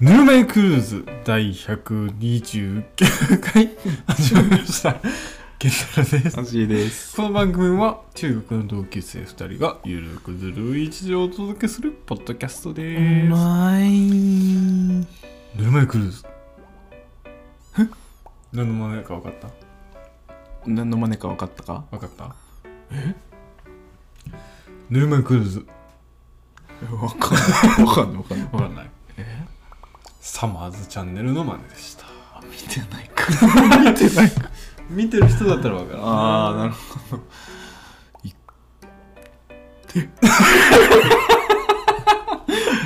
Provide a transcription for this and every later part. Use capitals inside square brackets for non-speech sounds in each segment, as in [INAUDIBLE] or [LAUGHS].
ぬるま湯クルーズ第129回始まりました。ケンタロウです。楽しいです。この番組は中学の同級生2人がゆるくずるい日常をお届けするポッドキャストです。い。ぬるま湯クルーズ。え何の真似か分かった何の真似か分かったか分かったえぬるま湯クルーズ。分かんない。分かんない。分かんな分い。かんない。サマーズチャンネルの真似でした。見てな [LAUGHS] いか。見てないか。見てる人だったら分かる。ああ、なるほど。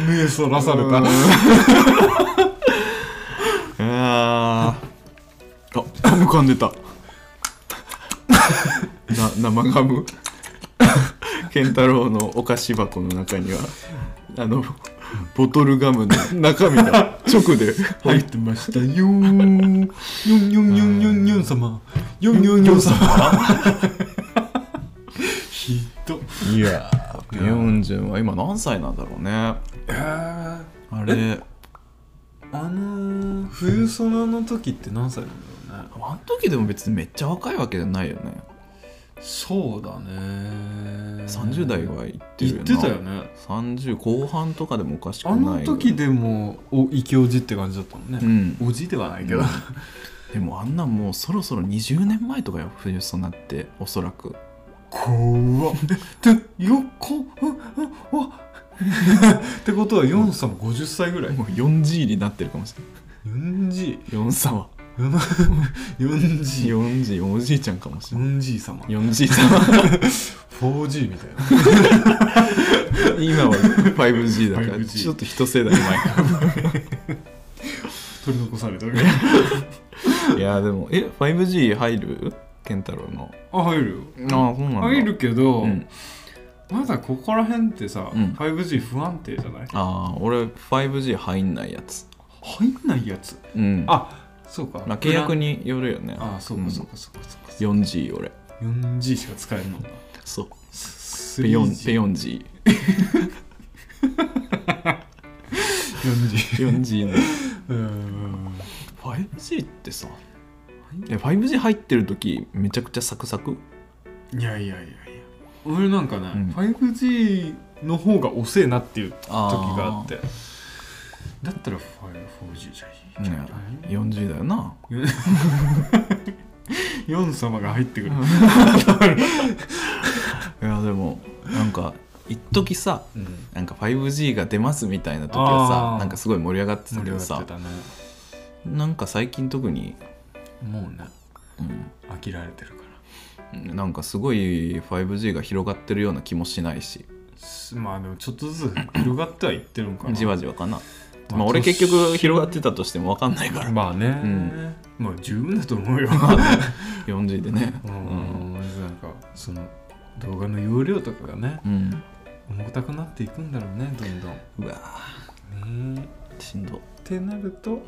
目そらされた。 [LAUGHS] あーあ、ガム噛んでた。な生ガムケンタロウのお菓子箱の中には、あの、ボトルガムの中身が直で入ってました。だよーん。よんよんよんよんよん様。よんよんよん [LAUGHS] 様。ひどっ。いやー、ビヨンジュンは今何歳なんだろうね。あえー、れ、あのー、冬ソナの時って何歳なんだろうね。あの時でも別にめっちゃ若いわけじゃないよね。そうだね。 30代は言ってる言っよてなたよ。ね。 30後半とかでもおかしくなあい。の時でも、お、イケオジって感じだったもんうね。ん。おじではないけど。うんでもあんなもうそろそろ20年前とかよ、冬ソナって、おそらく。怖っ。で、よっこ、あ、あ、 [LAUGHS] あ。ってことは、ヨン様50歳ぐらい。もう 4G になってるかもしれな 4G。い。4様。 [LAUGHS] 4G。 4G、おじいちゃんかもしれない。 4G 様 4G [LAUGHS] 様。 4G みたいな今は 5G だから、 5G ちょっと一世代前か。 [LAUGHS] 取り残されたいやでも、え、5G 入るケンタロウの。 [LAUGHS] あ入るよああ、そうなんだ。入るけど、うん、まだここら辺ってさ、うん 5G 不安定じゃないああ、俺 5G 入んないやつ。入んないやつうん。あそうか、まあ、契約によるよね。あそうかんそうかそうかそうか、 4G 俺。 4G しか使えんのなそう。スペヨン、 3G ペヨン G。 4G ペヨン [LAUGHS] G の。うーん 5G ってさ、え、5G 入ってる時めちゃくちゃサクサクいやいやいやいや俺なんかね、うん 5G の方が遅えなっていう時あーがあってだったら 4G じゃいいじゃない、 ?4G だよな。ヨン様が入ってくる。いや、でも、なんか、一時さ、うん。なんか 5G が出ますみたいな時はあさーなんかすごい盛り上がってた盛けりど上がってさたね。なんか最近特に、もうね、うん、飽きられてるから。なんかすごい 5G が広がってるような気もしないしすまあでもちょっとずつ広がってはいってるのかな。じわじわかまな、あまあ、俺結局広がってたとしても分かんないからまあね、うんまあ十分だと思うよ。 4G でねう。うんん、なんかその動画の容量とかがね、うん、重たくなっていくんだろうね、どんどうわーん。ねえしんど、ってなるとうん、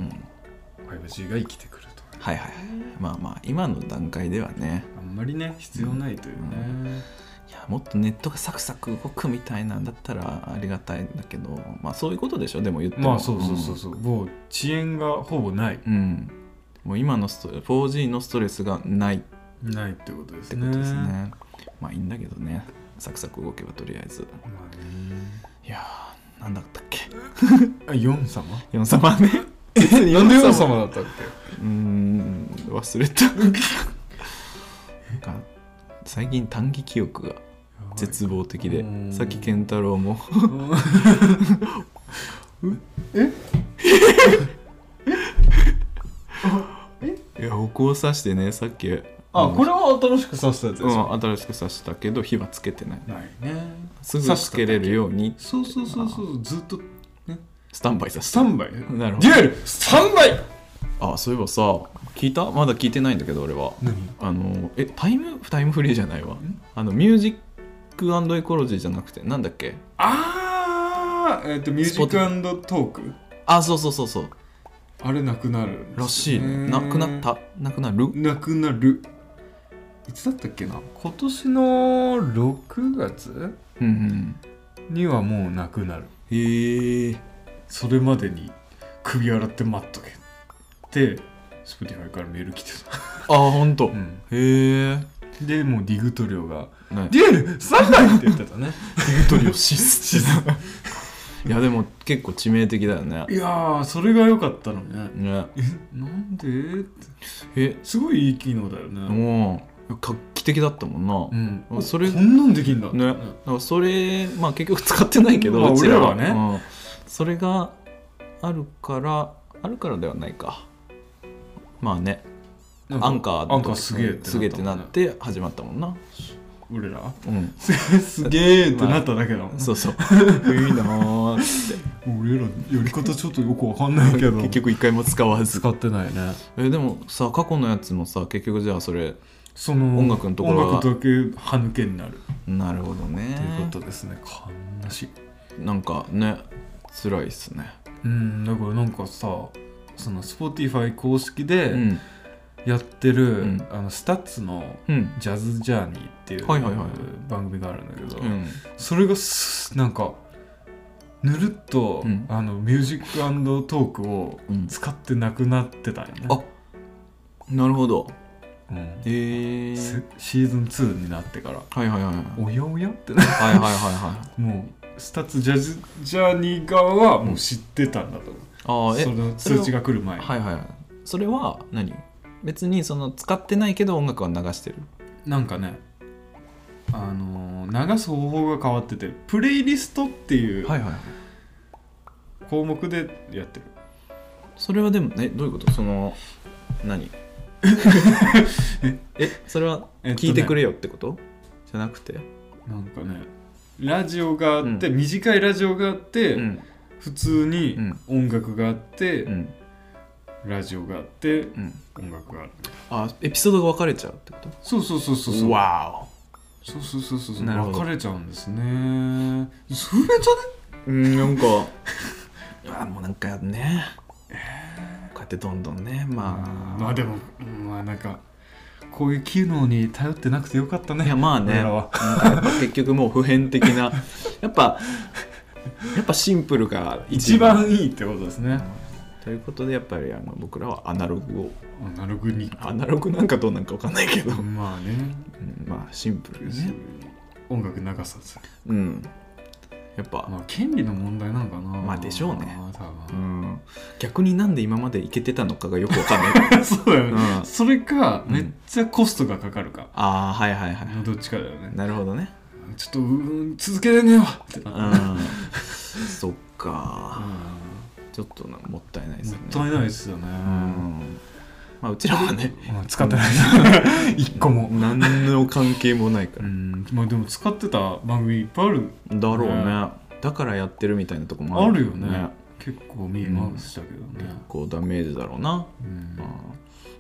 5G が生きてくると。はいはいはいまあまあ今の段階ではねあんまりね必要ないというね。いやもっとネットがサクサク動くみたいなんだったらありがたいんだけどまあそういうことでしょでも言ってもまあそうそうそうそう、もう遅延がほぼない。うん、うんもう今のスト 4G のストレスがないっないってことですてね。ことですねまあいいんだけどねサクサク動けばとりあえずまあね。いやーなんだったっけあ、ヨン様ヨン様ねなんでヨン様だったっうーん忘れた [LAUGHS] なんか最近短期記憶がけ絶望的うでーんさっき健太郎も望。 [LAUGHS] いや歩行さしてねさっきあ、これれは新しく刺したやつうですん、新しく刺したけど火はつけてないないね。すぐつけれるようにそうそうそうそう、ずっとスタンバイさスせタンバイ。たなるほデどュエルスタンバイあそういえばさ聞いたまだ聞いてないんだけど俺は何あのえタイムタイムフリーじゃないわあのミュージックエコロジーじゃなくてなんだっけあー、えっと、ミュージックトーク。あそうそうそうそうあれなくなる。らしいねなくなっ。たなくなるなくなる。いつだったっけな今年の6月うんうんにはもうなくなる。へえそれまでに首洗って待っとけって Spotify からメール来てた、ああほんと、ん、へえでもうディグトリオが「ねデュエル3枚!」って言ってたねディグトリオシスシス [LAUGHS] いやでも結構致命的だよ [LAUGHS] ねいやーそれが良かったのねねえなんでってえすごいいい機能だよねもう画期的だったもんな、うんあそれこんなんできんだね、だからそれまあ結局使ってないけど、まあうちらは俺らはうんそれがあるからあるからではないかまあねなんかアンカーアンカーすげえってなったすげえってなって始まったもんな、俺らうん、すげえってなっただけだもん、そ [LAUGHS] うそういいなーって俺らやり方ちょっとよくわかんない [LAUGHS] けど結局一回も使わず使ってないねえでもさ過去のやつもさ結局じゃあそれその音楽のところは音楽だけ歯抜けになるなるほどねということですね悲しいなんかね辛いっすねうんだからなんかさその Spotify 公式で、うんやってる、うんあのスタッツのうん「ジャズジャーニー」っていうはいはいはい番組があるんだけど、うんそれがすなんかぬるっと、うんあのミュージックトークをうん使ってなくなってたよね、あなるほどうんへえせシーズン2になってからはいはいはいはいおやおやってなはいはいはいはいもうスタッツジャズジャーニー側はもう知ってたんだと思う、ああえその通知が来る前にはいはいはいそれは何別にその使ってないけど音楽は流してるなんかねあのー流す方法が変わっててプレイリストっていうはいはい項目でやってる、それはでもえどういうことその何 [LAUGHS] えそれはえっとね聞いてくれよってこと、じゃなくてなんかねラジオがあって、短いラジオがあって、うん普通にうん音楽があって、うんラジオがあってうん音楽があるあエピソードが分かれちゃうってことそうそうそうそうそうわそうそうそうそうそうなるほど分かれちゃうんですねそれじゃねおうんなんかあ [LAUGHS] もうなんかねこうやってどんどんねまあまあでもうんまあなんかこういう機能に頼ってなくてよかったねいやまあね俺らはなんかやっぱ [LAUGHS] 結局もう普遍的なやっぱやっぱシンプルが一番いいってことですね、ということでやっぱりあの僕らはアナログをアナログにアナログなんかどうなんかわかんないけど、まあねうんまあシンプルですね音楽流さずうんやっぱ、まあ権利の問題なのかなまあでしょうね多う分、ん、逆になんで今までいけてたのかがよくわかんな [LAUGHS] いそうだよね、うんそれかうんめっちゃコストがかかるか、 [LAUGHS] ああはいはいはいどっちかだよねなるほどねちょっとうーん続けれねえわってうなうんんそっかちょっとなもったいないですもよねったいないですよね、うんまあうちらはねまあ使ってない [LAUGHS] 一個も、何の関係もないかうらんまあ、でも使ってた番組いっぱいあるだろうねねだからやってるみたいなとこもあるよね結構見回したけど結ね、構ダメージだろうな、うん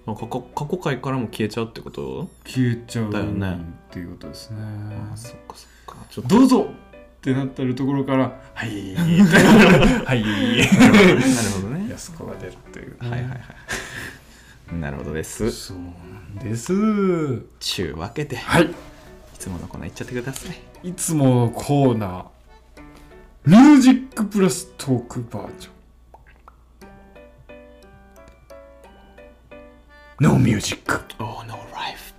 まあ、過去過去回からも消えちゃうってこと消えちゃうだよねっていうことですねああそっかそっかちょっとどうぞってなってるところから「はい」はい [LAUGHS] なるほど」ね安子が出るっていうはいはいはいなるほどですそうなんですはちゅうわけでいいつものコーナーいっちゃってくださいいつものコーナー「ミュージックプラストークバージョン」ノーミュージック Oh no life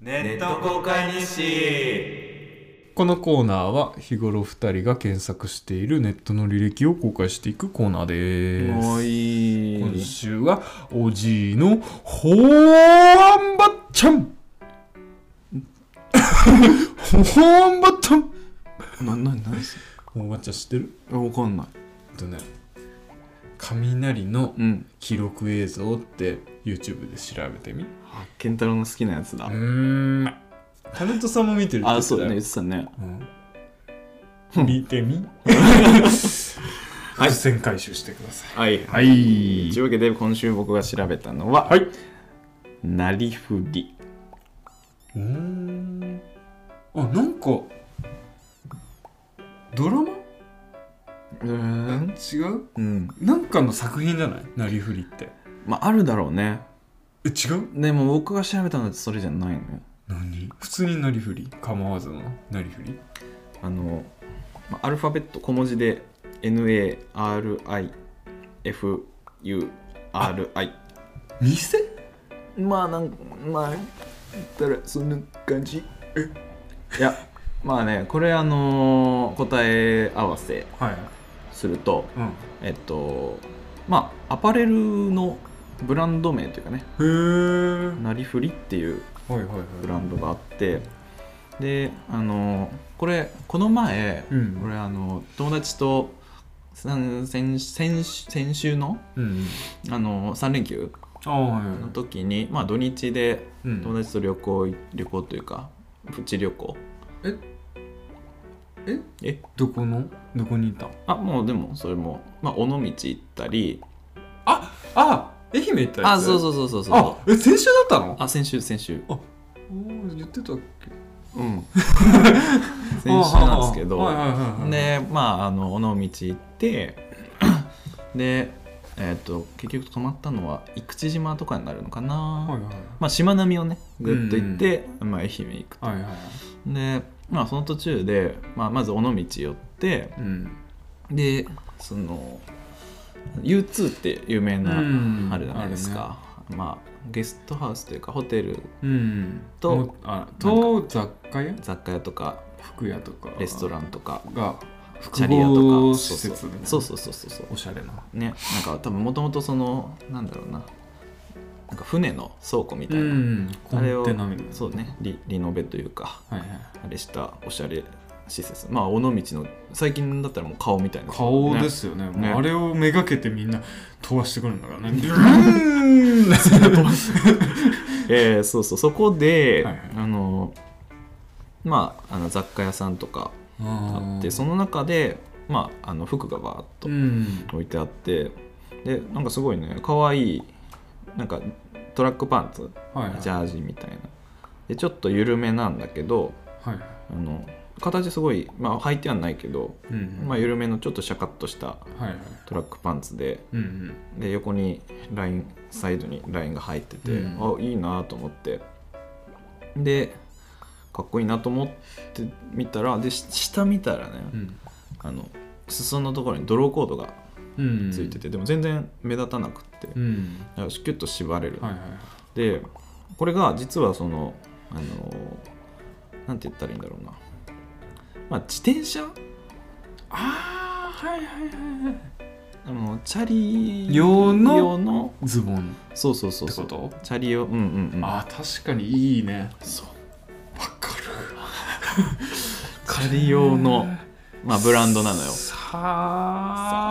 ネット公開日誌このコーナーは日頃2人が検索しているネットの履歴を公開していくコーナーですもうい今い週はおじいのほーんばっちゃん [LAUGHS] ほーんばっちゃんなな何ですほーんばっちゃん知ってるわかんないえっとね雷のうん記録映像って YouTube で調べてみうあ健太郎の好きなやつだ、ーんタレントさんも見てるって言あってたそうよだね言ってたねうん、見てみ伏線回収してくださいははいいというわけで今週僕が調べたのははいなりふりうーんあなんかドラマうん、違うなんかの作品じゃないなりふりってまああるだろうねえ違うでも僕が調べたのってそれじゃないのよ何普通になりふり構わずのなりふりあのまあアルファベット小文字で NARIFURI 店まあなんまあ言ったらそんな感じいやまあねこれあのー答え合わせはいするとうんえっとまあアパレルのブランド名というかねへえなりふりっていうはいはいはいブランドがあってであのこれこの前、うん俺あの友達とさん先先先週のうんあの3連休ああはいの時に、まあ、土日でうん友達と旅行い旅行というかプチ旅行えええどこのどこにいたあもうでもそれも、まあ、尾道行ったりああ愛媛行ったやつあそうそうそうそうそうあえ先週だったのあ先週先週おー言ってたっけうん [LAUGHS] 先週なんですけ [LAUGHS] どはいはいはいはいでまああの尾道行ってでえっ、と結局泊まったのは生口島とかになるのかな、はいはいまあ島並みをねぐっと行って、まあ、愛媛行くと、はいはいはいでまあその途中で、まあ、まず尾道寄ってうんでその U2 って有名な、うんあるじゃないですか、まあゲストハウスというかホテルあるねうんともあと雑貨屋雑貨屋とか服屋とかレストランとかンがチ複ャリ屋と合か施設みたいなそうそうそうそうそうそうおしゃれなねなんか多分もともとそのなんだろうななんか船の倉庫みたういな、んコあれンをテナみたいなそうねリリノベというかはいはいあれしたおしゃれ施設まあ尾道の最近だったらもう顔みたいな顔でねすよねねもうあれをめがけてみんな飛ばしてくるんだからねビューンえーそうそうそこで、はいはいあのまああの雑貨屋さんとかあってそのの中でまああの服がバーっとうん置いてあってでなんかすごいね可愛いなんかトラックパンツはいはいジャージみたいなでちょっと緩めなんだけどはいはいあの形すごい、まあ、履いてはないけど、うんまあ、緩めのちょっとシャカッとしたはいはいトラックパンツでうんうんで横にラインサイドにラインが入ってて、うあいいなと思ってでかっこいいなと思ってみたらでし下見たらね、うんあの裾のところにドローコードがうんついてて、でも全然目立たなくって、うんだからキュッと縛れる、はいはいでこれが実はそのあのなんて言ったらいいんだろうなまあ自転車ああはいはいはいはいあのチャリ用の用のズボンそうそうそうそうってことチャリ用うんうんうんああ確かにいいねそうわか [LAUGHS] るチャリ用の、まあ、ブランドなのよさ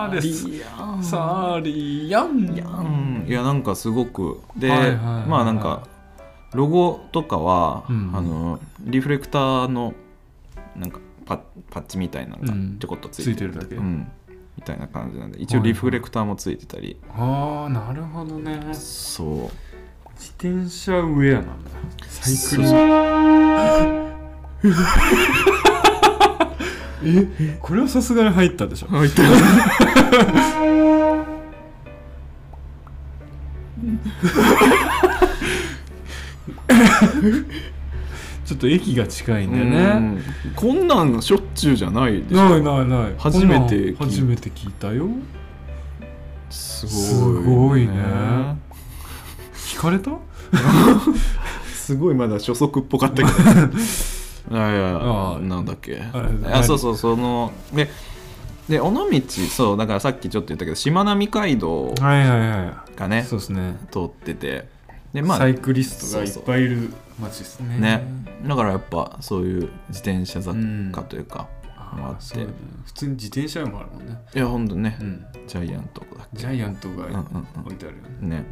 あですリアンサーリーヤンリアンいやなんかすごくで、はいはいはいまあなんかロゴとかは、うんあのリフレクターのなんかパパッチみたいなのがうんちょこっとついつていてるだけうん、みたいな感じなんで一はい応はいリフレクターもついてたり、ああなるほどねそう自転車ウェアなんだサイクルそうえこれはさすがに入ったでしょ入ったちょっと駅が近いんだよねねこんなんしょっちゅうじゃないでしなょいないない初めて聞いこんなん初めて聞いたよすすごいね聞かれたすごいまだ初速っぽかったけど [LAUGHS] いやいやああなんだっけああそうそうそのでで尾道そうだからさっきちょっと言ったけどしまなみ海道はいはいはがいねそうですね通っててでまあサねイクリストがいっぱいいる街ですねだからやっぱそういう自転車雑貨というか、あああってそうだね普通に自転車もあるもんねいやほんとね、うんジャイアントだっジャイアントがうんうんうん置いてあるよね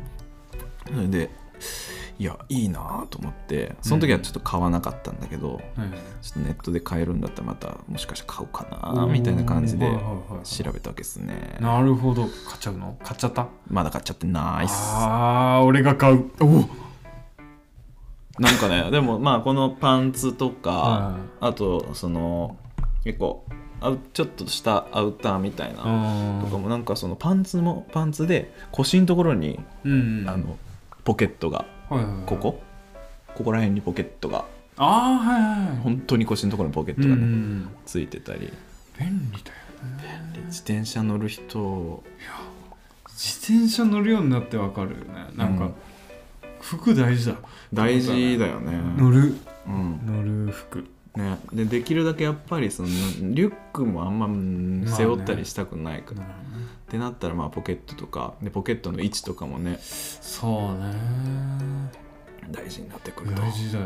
けねそれでいやいいなと思ってその時はちょっと買わなかったんだけはど、いはいちょっとネットで買えるんだったらまたもしかして買おうかなみたいな感じおーではいはいはい調べたわけですねなるほど買っちゃうの買っちゃったまだ買っちゃってないっすああ俺が買うおなんかねで [LAUGHS] もまあこのパンツとはかあとその結構アウちょっとしたアウターみたいいなはいとかもなんかそのパンツもパンツで腰のところにうんうんあのポケットがはいはいはいここここら辺にポケットがああはいはいはい本当に腰のところにポケットうんうがね、んついてたり便利だよで自転車乗る人自転車乗るようになってわかるよねなんか、うん服大事だ大事だよね、乗るうん乗る服ね、でできるだけやっぱりそのリュックもあんまうんまあね背負ったりしたくないから、ってなったらまあポケットとかでポケットの位置とかもねそうね大事になってくると大事だよ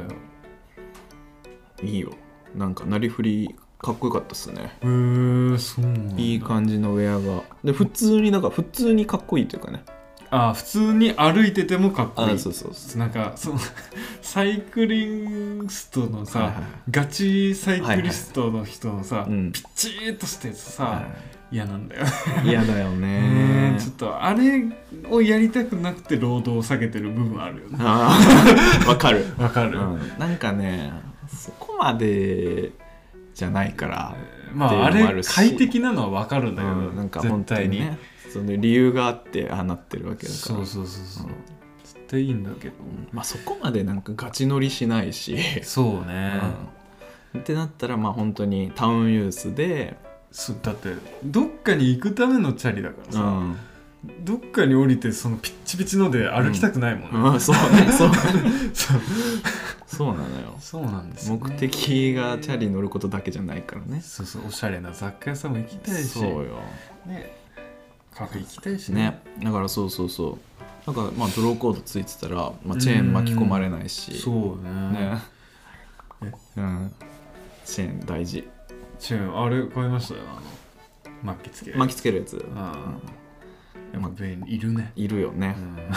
いいよなんかなりふりかっこよかったっすねへえー、そうなんだいい感じのウェアがで普通になんか普通にかっこいいというかねあ普通に歩いててもかっこいいそうそうそなんかその [LAUGHS] サイクリングストのうさ、はいはいガチサイクリストの人のさ、うんピチーっとしたやつさ、は嫌なんだよい嫌だよねねちょっとあれをやりたくなくて労働を下げてる部分あるよねあ [LAUGHS] ーわかる、わかうる、ん、なんかねそこまでじゃないからまああっていうのもあれるし快適なのはわかるんだけど、うん、なんか絶本当対ににねその理由があってああなってるわけだからそうそうそうそう、うん絶対いいんだけど、まあ、そこまでなんかガチ乗りしないし、そうね、うんってなったらまあ本当にタウンユースで、そうだってどっかに行くためのチャリだからうさ、ん、どっかに降りてそのピッチピチので歩きたくないもんね、うんそうねそうそうそうなのよそうなんですよね目的がチャリ乗ることだけじゃないからねそうそうおしゃれな雑貨屋さんも行きたいしそうよねカフェ行きたいしねねだからそうそうそうなんかまあドローコードついてたら、まあ、チェーン巻き込まれないしそうねねうん、チェーン大事チェーンあれ買いましたよあの巻きつけ巻きつけるやつああやまっぱ便利いるねいるよねう、んめっだ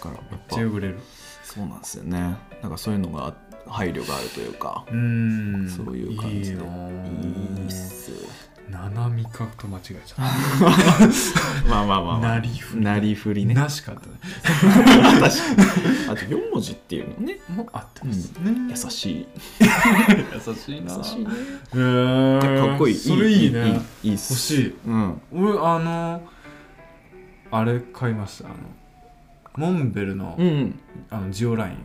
からやっぱちゃ汚れるそうなんですよねなんかそういうのが配慮があるというかうんそういう感じいいないでいっぁすななみかと間違えちゃっまあまあまあ、たまなあ、りふりなりふりねなしかったね確かにあと4文字っていうのねもう合ってますね優しい優しい優なしいねえーかっこいいそれいいねいいいいっす欲しいうん俺あのあれ買いましたあのモンベルの,、うんうんあのジオライン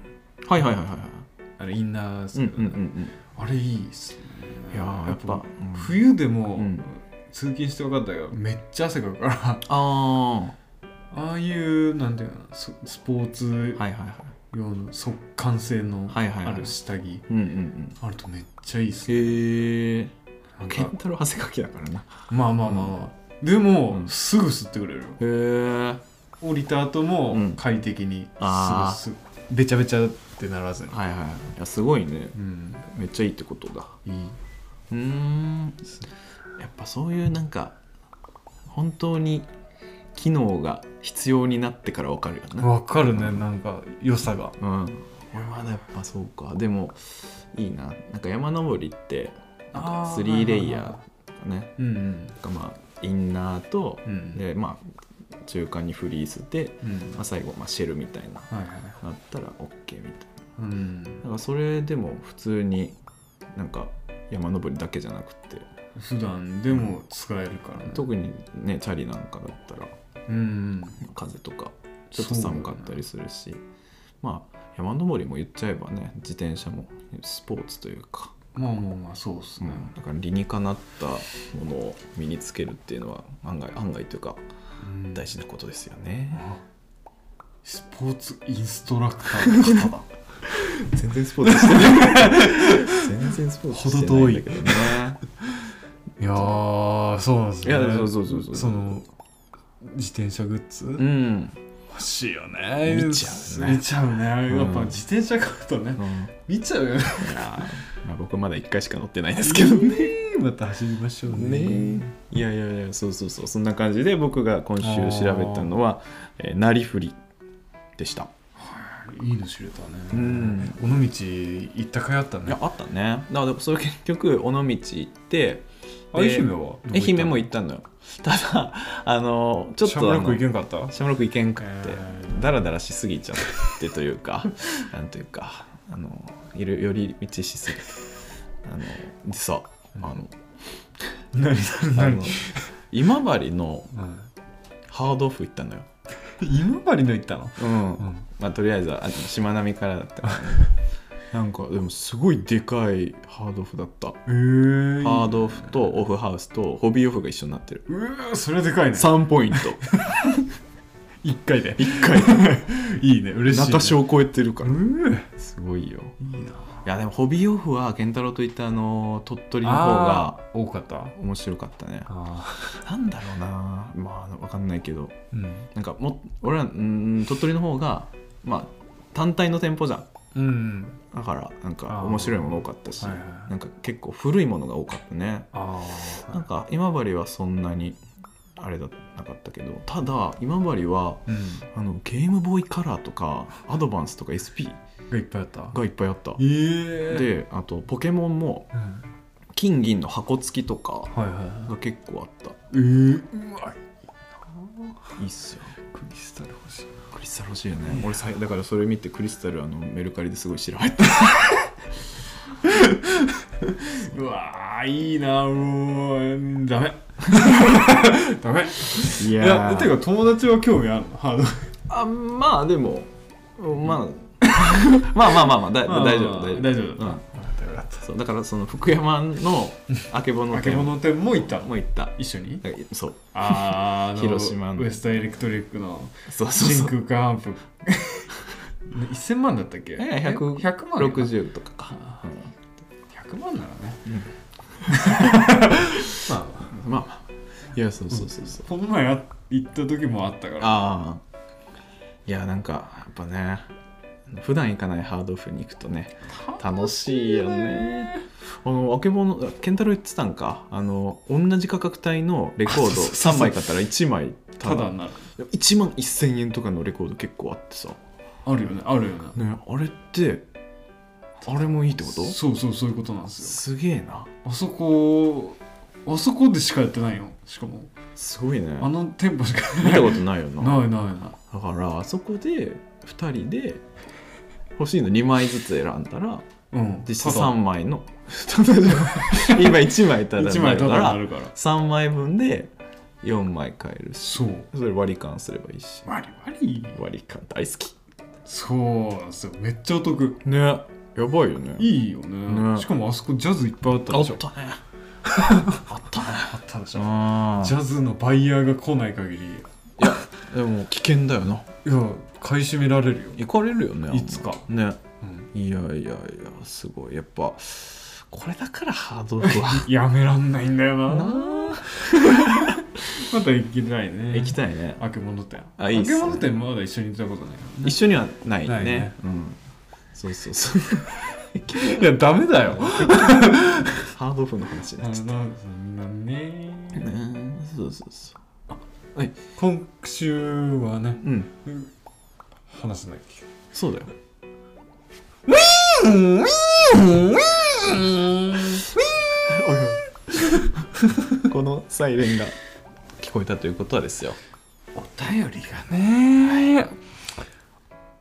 はいはいはいはいあれインナース、うんうんうんあれいいっすねうんいやーやっぱ、うん冬でも、うん通勤して分かったけどめっちゃ汗かくから [LAUGHS] あああいうなんていうのススポーツあはいはいはい用の速乾性のはいはいはいある下着、うんうんうんあるとめっちゃいいっすねへえなんケかンタロウ汗かきだからなまあまあまあまあ、でも、うんすぐ吸ってくれるよへえ降りた後もうん快適にあーすぐすべちゃべちゃってならずに、はいはいいやすごいねうん、めっちゃいいってことだいいうーんやっぱそういうなんか本当に機能が必要になってから分かるよねわかるねなんか良さがうん俺まだやっぱそうかでもいいななんか山登りってなんあかー3レイヤーねうんなんかまあインナーとうんうんでまあ中間にフリースで、うんまあ、最後まあシェルみたいなはいはいはいなったら OK みたいうんななんかそれでも普通になんか山登りだけじゃなくて普段でも使えるからね特にねチャリなんかだったらうんうん風とかちょっと寒かったりするし、まあ山登りも言っちゃえばね自転車もスポーツというか、まあまあまあそうっすうね、ん、だから理にかなったものを身につけるっていうのは案外案外というかうん大事なことですよねあスポーツインストラクターの方だ全然スポーツしてない全然スポーツしてないんだけどね [LAUGHS] いやーそうなんですいねやそうそうそうそうその自転車グッズ、うん、うん欲しいよね見ちゃうね見ちゃうねやっぱうん自転車買うとね、い見ちゃうよねやーまあ、僕まだ1回しか乗ってないですけどねまた走りましょうねいやいやいやそうそうそうそんな感じで僕が今週調べたのは「えーなりふり」でしたいいの知れたねうん尾道行ったかいあったいねやあったねだからそれ結局尾道行ってあ愛媛は愛媛も行っ行ったのよただ [LAUGHS] あのちたょっシとャムラック行けんんかったシャムラク行けんかって、えダラダラしすぎちゃってというか [LAUGHS] なんというかあのいろ寄り道しすぎてあのでさあのー何あ何の今治の何ハードオフ行ったのよ、うん今治の行ったの [LAUGHS] うんまあ、とりあえずはあのしまなみからだったからねなんかでもすごいでかいハードオフだったえー、ハードオフとオフハウスとホビーオフが一緒になってるうわそれでかいね3ポ [LAUGHS] イント1回で1回 [LAUGHS] でいいね嬉しい、ね、中賞を超えてるかうらーすごいよいいないやでもホビーオフは健太郎といったあの鳥取の方が多かった面白かったねあなんだろうなまあ分かんないけどーうんなんかも俺らうーん鳥取の方がまあ単体の店舗じゃんうんだからなんかあー面白いもの多かったし、はいはいなんか結構古いものが多かったねああなんか今治はそんなにあれだなかったけどただ今治はうんあのゲームボーイカラーとかアドバンスとか SP がいっぱいあったがいっぱいあったええで、であとポケモンもうん、金銀の箱付きとかはいはいはいが結構あったえー、うわいいっすよクリスタル欲しいクリスタル欲しいよね俺さいだからそれ見てクリスタルあのメルカリですごい調べたうわーいいなもうダメ [LAUGHS] ダメいいやてか友達は興味あるのハードあまあでもまあ [LAUGHS] まあまあまあまあだ [LAUGHS] 大丈夫大丈夫大丈夫うだんったよかったそうだからその福山のあけぼのあけ店ぼもの店も行ったの行った一緒にだからそうあーあの広島のウエスタエレクトリックのそうそうそ真う空管アンプ [LAUGHS] 1000万だったっけええ100 100万60とかか、あうーん100万ならね、まあまあまあまあいやそうそうそうそう、この前あ行った時もあったからああいやなんかやっぱね普段行かないハードオフに行くとね楽しいよねあのあけぼのあ健太郎言ってたんかあの同じ価格帯のレコードあそうそうそう3枚買ったら1枚ただなる1万1000円とかのレコード結構あってさ、あるよねあるよねね、あれってあれもいいってことそうそうそういうことなんですよすげえなあそこあそこでしかやってないよしかもすごいねあの店舗しか見たことないよなないないなだからあそこで2人で欲しいの2枚ずつ選んだらいうん実質ただ3枚の [LAUGHS] ただじゃない今1枚ただ一にな枚るかただにならるから3枚分で4枚買えるしそうそれ割り勘すればいいし割り割り割り勘大好きそうなんですよめっちゃお得ねやばいよねいいよねねしかもあそこジャズいっぱいあったあでっしょたね [LAUGHS] あったねあったでしょあジャズのバイヤーが来ない限りいあでも危険だよなや買い占められるよ、行かれるよねいつかあんなねうん、いやいやいやすごいやっぱこれだからハードルはやめらんないんだよな [LAUGHS] なあまた行きたいね行きたいねあけもの店あいいっすねあけもの店まだ一緒に行ったことないからね一緒にはないねないねうんそうそうそう [LAUGHS] いやダメだよハードオフの話にあなっちゃっのみんなねたねそうそうそう今週はねうん話さないそうだよこのサイレンが聞こえたということはですよお便りがね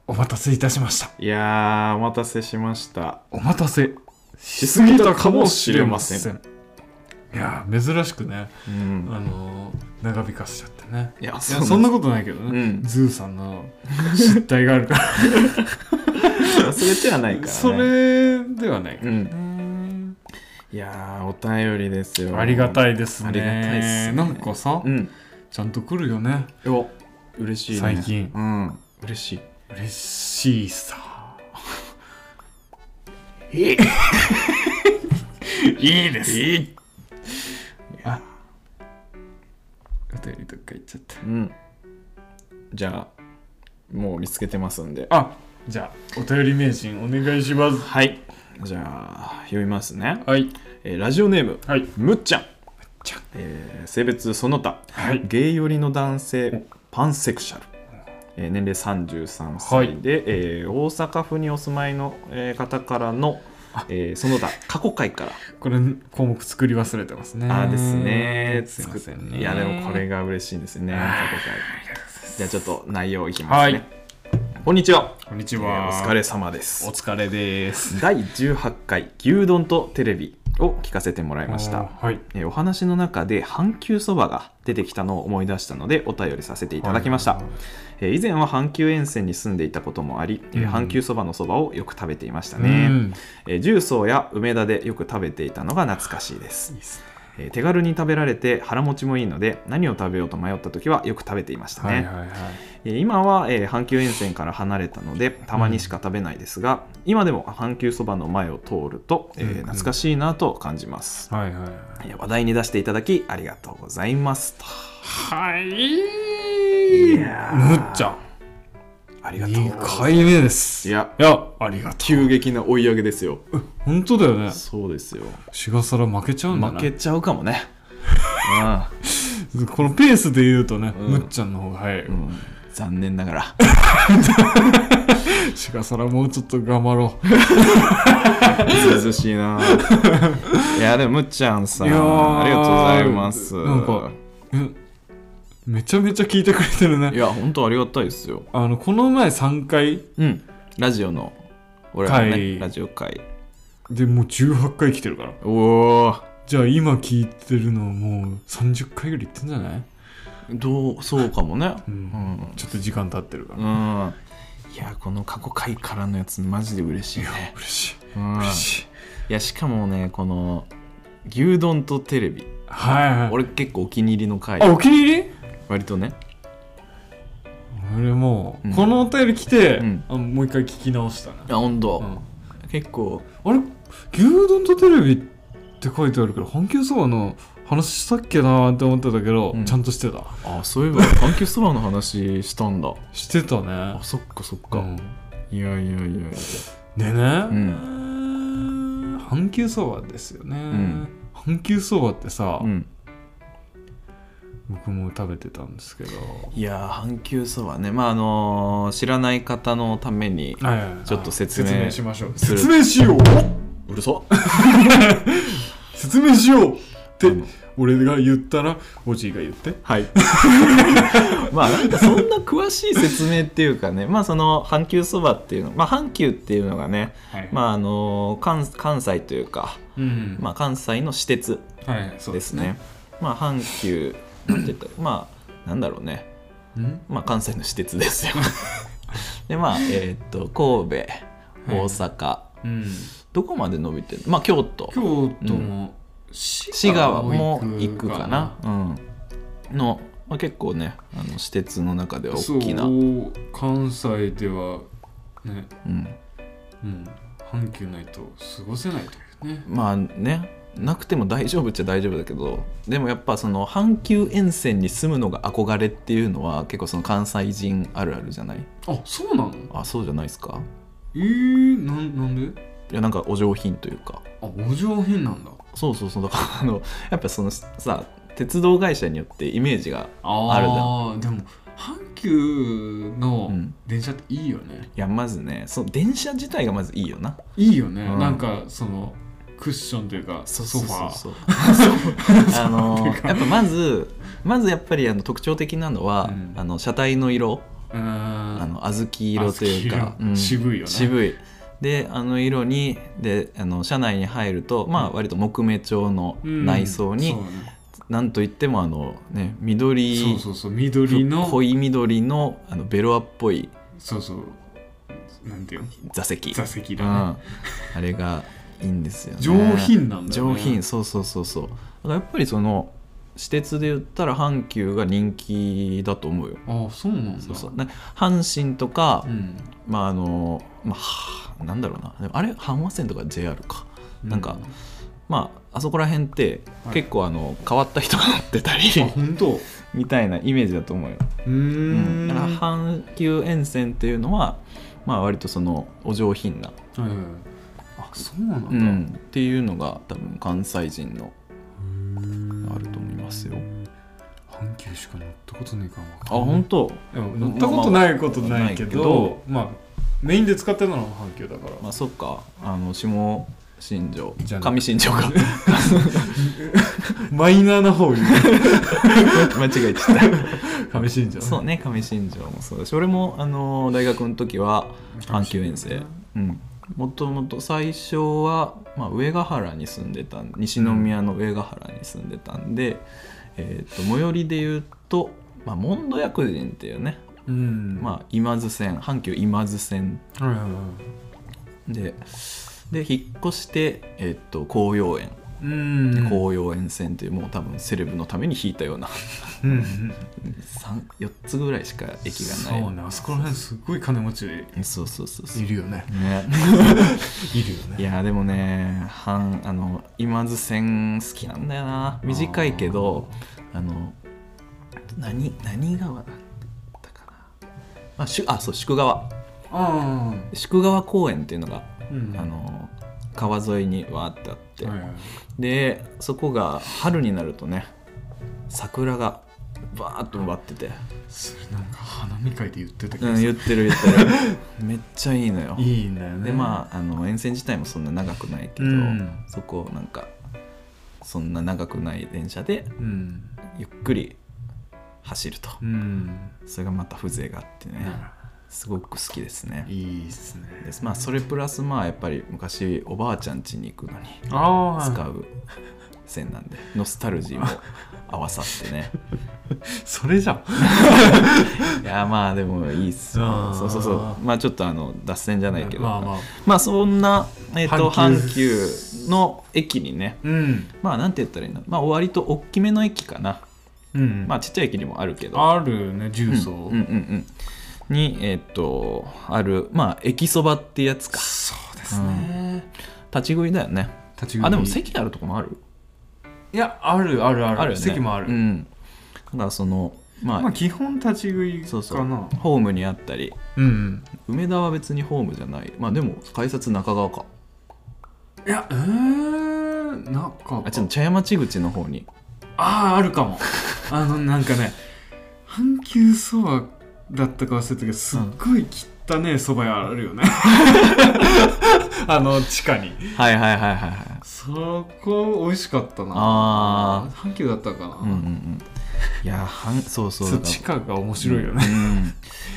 お待たせいたしましたいやーお待たせしましたお待たせしすぎたかもしれませんすぎたかもしれませんいや珍しくねうんあの長引かせちゃってねいやいやそんなことないけどうねんズーさんの失態があるから忘れてはないから、[LAUGHS] ね、[LAUGHS] それではない、うんねいやーお便りですよありがたいですねありがたいっすねなんかさ、うんちゃんと来るよねよ嬉しいね最近うん嬉しい嬉しいさ [LAUGHS] えいいでえいやお便りどっか行っちゃったうんじゃあもう見つけてますんであじゃあお便り名人お願いしますはいじゃあ読みますね、はいえーラジオネームはいむっちゃんちゃんえー性別その他、はいゲイ寄りの男性パンセクシャル、えー年齢33歳で、えー大阪府にお住まいの、えー方からの、えーその他過去回からこれ項目作り忘れてますねあーですねすいませんいねやでもこれが嬉しいんですね過去回じゃあちょっと内容いきまはすい、ね、こんにちは、こんにちえはーお疲れ様ですお疲れです第18回牛丼とテレビを聞かせてもらいました。はいえーお話の中で阪急そばが出てきたのを思い出したのでお便りさせていただきました、えー以前は阪急沿線に住んでいたこともあり、えーうん阪急そばのそばをよく食べていましたうね、んえー重曹や梅田でよく食べていたのが懐かしいですいいっすねえー手軽に食べられて腹持ちもいいので何を食べようと迷った時はよく食べていましたね、はいはいはいえー今は、えー阪急沿線から離れたのでたまにしか食べないですが、今でも阪急そばの前を通ると、えーうんうん懐かしいなと感じます、はいはいはいえー話題に出していただきありがとうございますとはい。やーむっちゃん。ありがとうござい2ます回目です。いやいや、ありがと急激な追い上げですよう。本当だよね。そうですよしがさら負けちゃうんだ負ね。けちゃうか [LAUGHS] もねこのペースで言うとね、うんむっちゃんの方が早い。うん、うん残念ながらしがさらもうちょっと頑張ろう。ずずし [LAUGHS] いないやでもむっちゃんさんいやーありがとうございますなんかえ [LAUGHS] めちゃめちゃ聞いてくれてるいね。や本当ありがたいですよあの、この前3回うんラジオの俺らのね会ラジオ会でもう18回来てるから。おおーじゃあ今聞いてるのもう30回ぐらい行ってんじゃないどうそうかもねう。うんんちょっと時間経ってるから。うんいやこの過去回からのやつマジで嬉しいね嬉しい。うん嬉しい。いやしかもねこの牛丼とテレビはいはい。俺結構お気に入りの回あ、お気に入り割とね俺もうんうこのお便り来て、うんあもう一回聞き直したね、あ温度、うん結構あれ牛丼とテレビって書いてあるけど阪急そばの話したっけなーって思ってたけど、うんちゃんとしてたあそういえば環境そばの話したんだしてたねあそっかそっうか、んいやいやいやいやでね、ん阪急そばですよね、ん阪急そばってさ、うん僕も食べてたんですけどいやー阪急そばねまああのー知らない方のためにはいはいはいちょっと説明説明しましょうする説明しよううる [LAUGHS] そう説明しようってん俺が言ったらおじいが言ってはい [LAUGHS] まあなんかそんな詳しい説明っていうかねまあその阪急そばっていうのまあ阪急っていうのがねはいまああのー関関西というか、うんまあ、関西の私鉄はい、そうですね。まあ阪急なんて言ったらまあなんだろうねうんまあ関西の私鉄ですよ。 [LAUGHS] でまあえーっと神戸大阪、うん、どこまで伸びてるまあ京都京都も滋滋賀も行くかな。うん、の、まあ、結構ねあの私鉄の中ではそ大うきな。関西ではね、うんうん、阪急ないと過ごせないというねまあねなくても大丈夫っちゃ大丈夫だけどでもやっぱその阪急沿線に住むのが憧れっていうのは結構その関西人あるあるじゃないあそうなのあそうじゃないですかえー、なんなんでいやなんかお上品というかあお上品なんだそうそうそうだからあのやっぱそのさ鉄道会社によってイメージがああでも阪急のうん電車っていいよね、いやまずねその電車自体がまずいいよないいよね、うんなんかそのクッションというかソファーそう [LAUGHS] そうあのやっぱまずまずやっぱりあの特徴的なのは、うんあの車体の色うーんあの小豆色というか小、豆色渋いよね渋いであの色にであの車内に入ると、まあ、割と木目調のうん内装に、そうだねなんといってもあの、ね、緑そうそうそう緑の濃い緑のあのベロアっぽいそうそうなんていうの座席座席うん、だね、あれがいいんですよね上品なんだよね上品そうそうそうそうだからやっぱりその私鉄で言ったら阪急が人気だと思うよああそうなんだそうそうなんか阪神とか、うん、まああのまあはなんだろうなでもあれ阪和線とか JR かなんかまああそこら辺ってはい結構あの変わった人が乗ってたり、あ本当う [LAUGHS] みたいなイメージだと思うよ、ーうんんだから阪急沿線っていうのはまあ割とそのお上品な、はいはいはいあそうなんだ、うんっていうのが多分関西人のへーあると思いますよ阪急しか乗ったことないから分あかんない本当でも乗ったことないことないけど,、まあ、メインで使ってたのは阪急だから、まあそっかあの下新庄じゃない上新庄 [LAUGHS] かマイナーな方 [LAUGHS] 言う間違えちゃっ [LAUGHS] た上信者そうね上新庄もそうだし俺も、あのー大学の時は阪急遠征、うん、もともと最初は、まあ、上ヶ原に住んでたん西宮の上ヶ原に住んでたんで、えー、と最寄りで言うと、まあ、モンド薬人っていうね、うんまあ、今津線阪急今津線あはいはいはでで引っ越して、えー、と紅葉園、いうん紅葉園線っていうもう多分セレブのために引いたような [LAUGHS] うんうん三4つぐらいしか駅がないそうねあそこら辺すごい金持ちいそうそうそうそうるよねねいるよいやーでもね半あの今津線好きなんだよな短いけどあの何何川だったかなあしゅあそう宿川あ宿川公園っていうのが、あうんあの川沿いにわーってあって、はいはいでそこが春になるとね桜がバーッと埋まってて、それなんか花見会で言ってたけうどん、言ってる言ってる [LAUGHS] めっちゃいいのよいいんだよねでまああの沿線自体もそんな長くないけど、うんそこをなんかそんな長くない電車でうんゆっくり走ると、うんそれがまた風情があってね、すごく好きですねいいっすねですまあそれプラスまあやっぱり昔おばあちゃん家に行くのにあ使う線なんでノスタルジーも合わさって [LAUGHS] ねそれじゃんいやまあでもいいっすあよーそうそうそうまあちょっとあの脱線じゃないけど、まあまあまあそんな、えっと阪急阪急の駅にねうんまあなんて言ったらいいのまあ割と大きめの駅かな、うんまあちっちゃい駅にもあるけどあるね重曹、うんうんうんにえっとあるまあ駅そばってやつかそうで立ち食いだよね立ち食いあでも席あるとこもあるいやあるあるあるあるよね席もある、うんだからそのまあ、まあ基本立ち食いかなそうそうホームにあったりうん梅田は別にホームじゃないまあでも改札中川かいやえー、なんかあちょっと茶屋町口の方 [LAUGHS] にあああるか [LAUGHS] もあのなんかね阪急そばだったか忘れたけどすっごい汚ねえそば屋あるよね [LAUGHS] あの地下にはいはいはいはいはいそこ美味しかったなあ阪急だったかな、うんうんうんいやはんそうそうそうだから地下が面白いよね、うん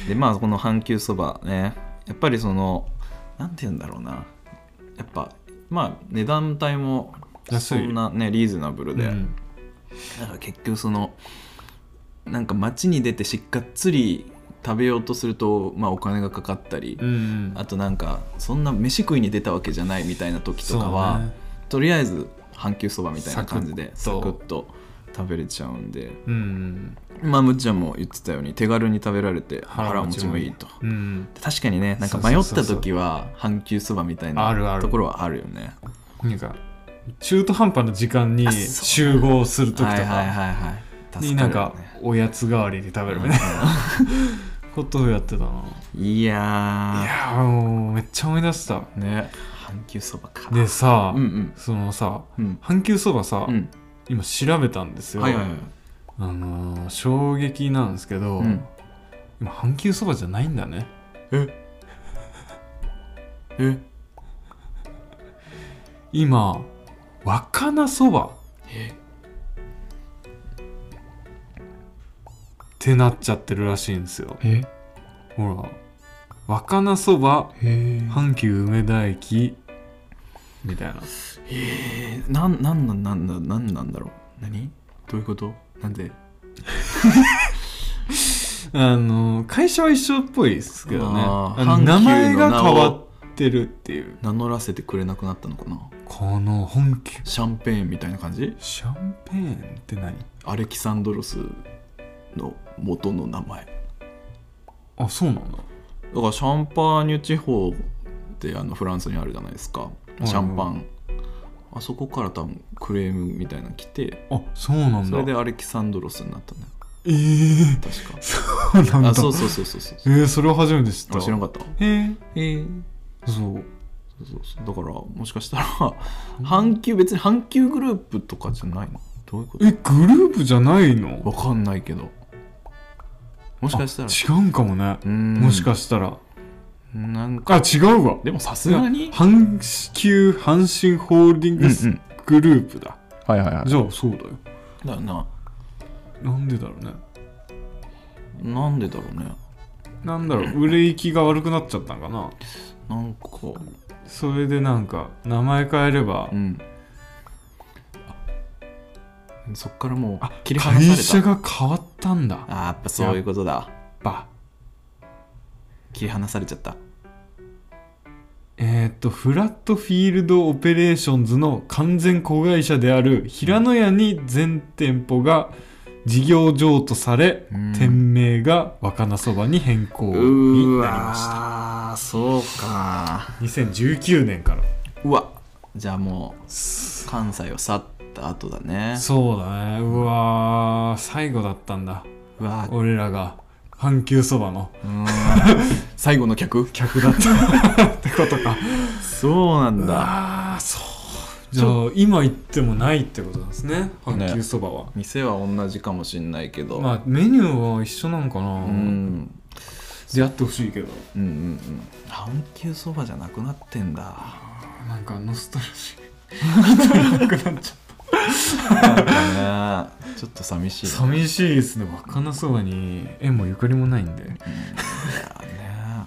でまあこの阪急そばねやっぱりそのなんて言うんだろうなやっぱまあ値段帯もそ安いんなねリーズナブルで、うんだから結局そのなんか街に出てしっかり食べようとすると、まあ、お金がかかったり、うんあとなんかそんな飯食いに出たわけじゃないみたいな時とかは、そうねとりあえず阪急そばみたいな感じでササククッとッと食べれちゃうんで。うんまあむっちゃんも言ってたように手軽に食べられて腹腹持持ちちももいいいいとうん確かにねなんそかうそう迷そうっそうた時は阪急そばみたいあるあなるところはあるよねなんか中途半端な時間にあそう集合する時とはいはいかはいはいに助なかんるよかねおやつ代わりに食べるみたいなことをやってたないいややーもうめっちゃ思い出したーね阪急そばかでさ、うんうんそのさうん阪急そばさ、うん今調べたんですよ、はいはいはいあのー衝撃なんですけど、うん今阪急そばじゃないんだねええ今若菜そばってなっちゃってるらしいんですよえほら若菜そばえ阪急梅田駅みたいななんなんなんなんだなんなんだろう何どういうことなんであの会社は一緒っぽいですけどねあーあの阪急名の前が名変をわってるっていう名乗らせてくれなくなったのかなこの本気シャンペーンみたいな感じシャンペーンって何アレキサンドロスの元の名前だかあそうなんだらシャンパーニュ地方ってあのフランスにあるじゃないですかいシャンパンあそこから多分クレームみたいなの来てあそうなんそだれでアレキサンドロスになったんだよえー、確かそうなんだあそうそうそうそうそうえー、それは初めて知ったあ知らなかったえー、ええそうそうそうそうだからもしかしたら阪急別に阪急グループとかじゃないのどういうことえグループじゃないのわかんないけどもしかしたら違うんかもね、ももしかしたらなんかあ違うわでもさすがいにや阪急阪神ホールディングスうんグループだ、はいはいはじゃあそうだよいだよななんでだろうねなんでだろうね [LAUGHS] なんだろう売れ行きが悪くなっちゃったんかななんかそれでなんか名前変えれば、うんそっからもうあ切り離会さ社れたが変わったんだあーやっぱそういうことだば切り離されちゃったえーっとフラットフィールドオペレーションズの完全子会社である平野屋に全店舗が事業譲渡され、うん店名が若菜そばに変更になりましたわーそうか2019年からうわじゃあもう関西を去った後だねそうだねうわー最後だったんだうわー俺らが阪急そばのうーん最後の客客だった [LAUGHS] ってことかそうなんだああそうじゃあ今行ってもないってことなんですね阪急そばは、店は同じかもしんないけど、まあメニューは一緒なんかうな、ん出会ってほしいけどうんうんうん阪急そばじゃなくなってんだなんかノスタルジなんかねちょっと寂しいーね寂しいですね若菜そばに縁もゆかりもないんでうんいやね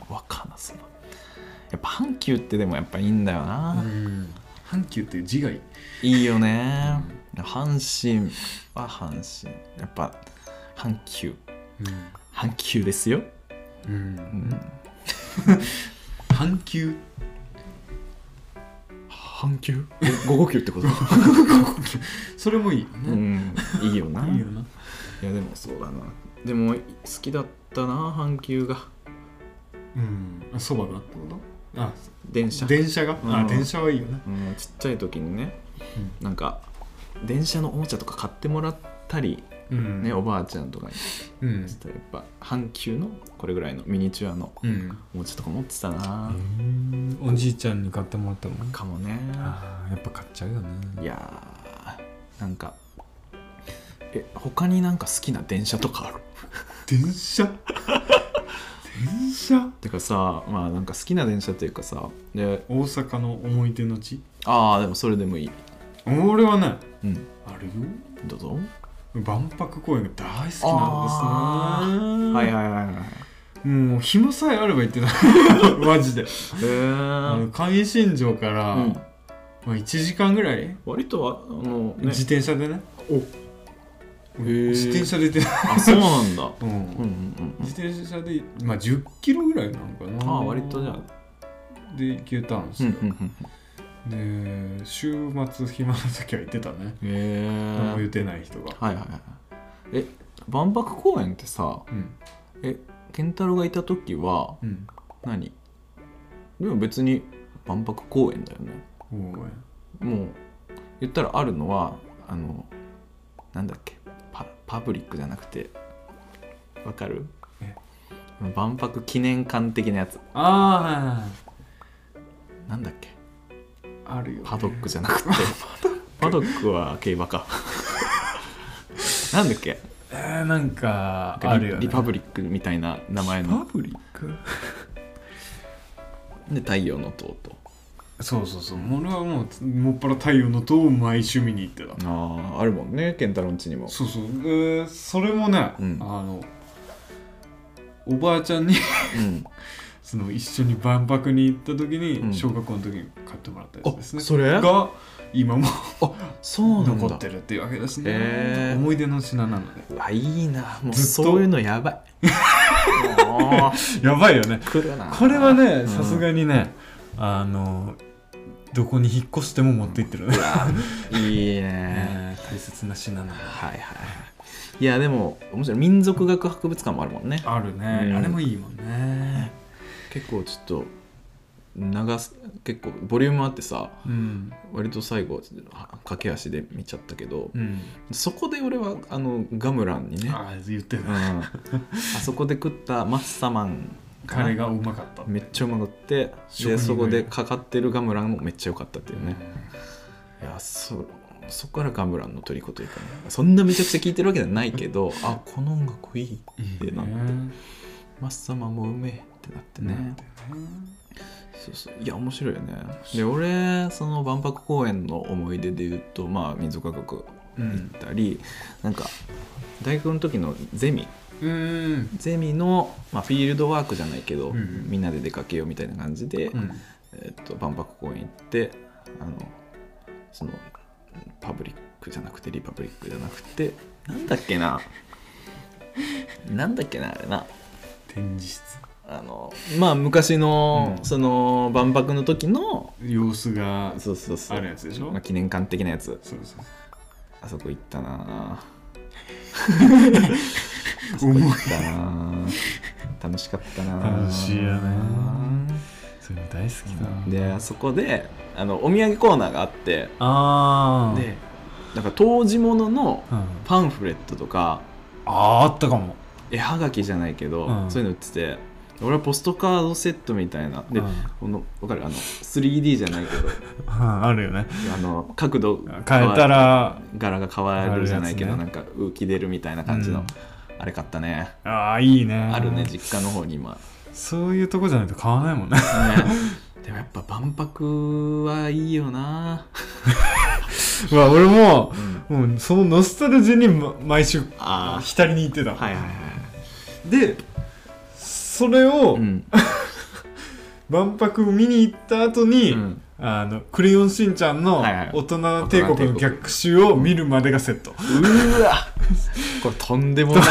若菜そばやっぱ阪急ってでもやっぱいいんだよな、ん阪急っていう字がいいいいよね阪神は阪神やっぱ阪急阪急ですよ、うん、うん、阪急阪急五五級ってこと、それもいいよ [LAUGHS] うね、ん、いいよないいよなやでもそうだなでも好きだったな阪急がうんあそばがってことあ電車電車が、うあん電車はいいよねうん、ちっちゃい時にね、なんか電車のおもちゃとか買ってもらったりうんね、おばあちゃんとかにうんちょっとやっぱ阪急のこれぐらいのミニチュアのうんおもちゃとか持ってたな、おじいちゃんに買ってもらったもんかもねあーやっぱ買っちゃうよねいやーなんかえ他になんか好きな電車とかある電車電車てかさまあなんか好きな電車っていうかさで大阪の思い出の地ああでもそれでもいい俺はねうんあるよどうぞ万博公園が大好きなんですねはいはいはいはいもう暇さえあれば行ってた [LAUGHS] マジでへえあの上新庄から、うん、まあ、1時間ぐらい、割とはあのね自転車でねおー自転車で行って [LAUGHS] た、あそうなんだうんうんうんうん自転車で、まあ、1 0キロぐらいなのかなああ割とじゃあで行けたんですうんうよ、んで週末暇な時は行ってたねうんへえ何も言ってない人が、はいはいはいえ万博公園ってさうんえ健太郎がいた時はうん何でも別に万博公園だよねおーもう言ったらあるのはあのなんだっけパパブリックじゃなくてわかるえ万博記念館的なやつあなんだっけああるよ、パドックじゃなくてパドックは競馬かなんだっけえー、なんかリあるよ、ね、リパブリリックみたいな名前ッパのブリックで太陽の塔とそうそうそう俺はもうもっぱら太陽の塔を毎週見に行ってた、あああるもんね健太郎んちにもそうそう、えー、それもね、うんあのおばあちゃんに [LAUGHS] うんその一緒に万博に行った時に、うん小学校の時に買ってもらったやつですねあそれが今もそうなんだ残ってるっていうわけですね、へー思い出の品なのでうわいいなもうずっとそういうのやば [LAUGHS] いもやばいよねう来るなこれはうねんさすがにね、あのどこに引っ越しても持っていってるね、いいね [LAUGHS] ね大切な品なのはいはいはいいやでも面白い民族学博物館もあるもんねあるね、うんあれもいいもんね結構ちょっと長す結構ボリュームあってさうん割と最後は駆け足で見ちゃったけど、うんそこで俺はあのガムランにねああ言ってうん、たあそこで食ったマッサマンかな彼がうまかったってめっちゃうまくって職人でのそこでかかってるガムランもめっちゃ良かったっていうね、いやそそこからガムランの虜というかねそんなめちゃくちゃ聴いてるわけじゃないけどあこの音楽いいいいなねマッサマンもうめえってなってね、ねそうそういや面白いよねで俺その万博公園の思い出で言うとまあ民族学行うんったり、なんか大学の時のゼミうんゼミの、まあ、フィールドワークじゃないけど、うんうんみんなで出かけようみたいな感じで、うんえっと、万博公園行ってあのそのパブリックじゃなくてリパブリックじゃなくてなんだっけななんだっけなあれな展示室あのまあ昔の、うんその万博の時の様子がそうそうそうあるやつでしょまあ、記念館的なやつそうそうあそこ行ったなそう重い行ったな楽しかったな楽しいよねそれ大好きだなであそこであのお土産コーナーがあってあーでなんか当時物のうん、あパンフレットとかあーあったかも絵はがきじゃないけど、うんそういうの売ってて俺はポストカードセットみたいなで、うんこの分かるあの 3D じゃないけど [LAUGHS] あるよねあの角度変えたら柄が変わるじゃないけど、変わなるんか浮き出るみたいな感じの、うんあれ買ったねああいいねあるね実家の方に今、ね、そういうとこじゃないと買わないもんね [LAUGHS] でもやっぱ万博はいいよな、うわ俺もうん、もうそのノスタルジーにま毎週あー浸りに行ってた、はいはいはいでそれを [LAUGHS] うん、万博見に行った後に、うんあのクレヨンしんちゃんのはいはい大人帝国の逆襲を見るまでがセット、うーわこれとんで [LAUGHS] もない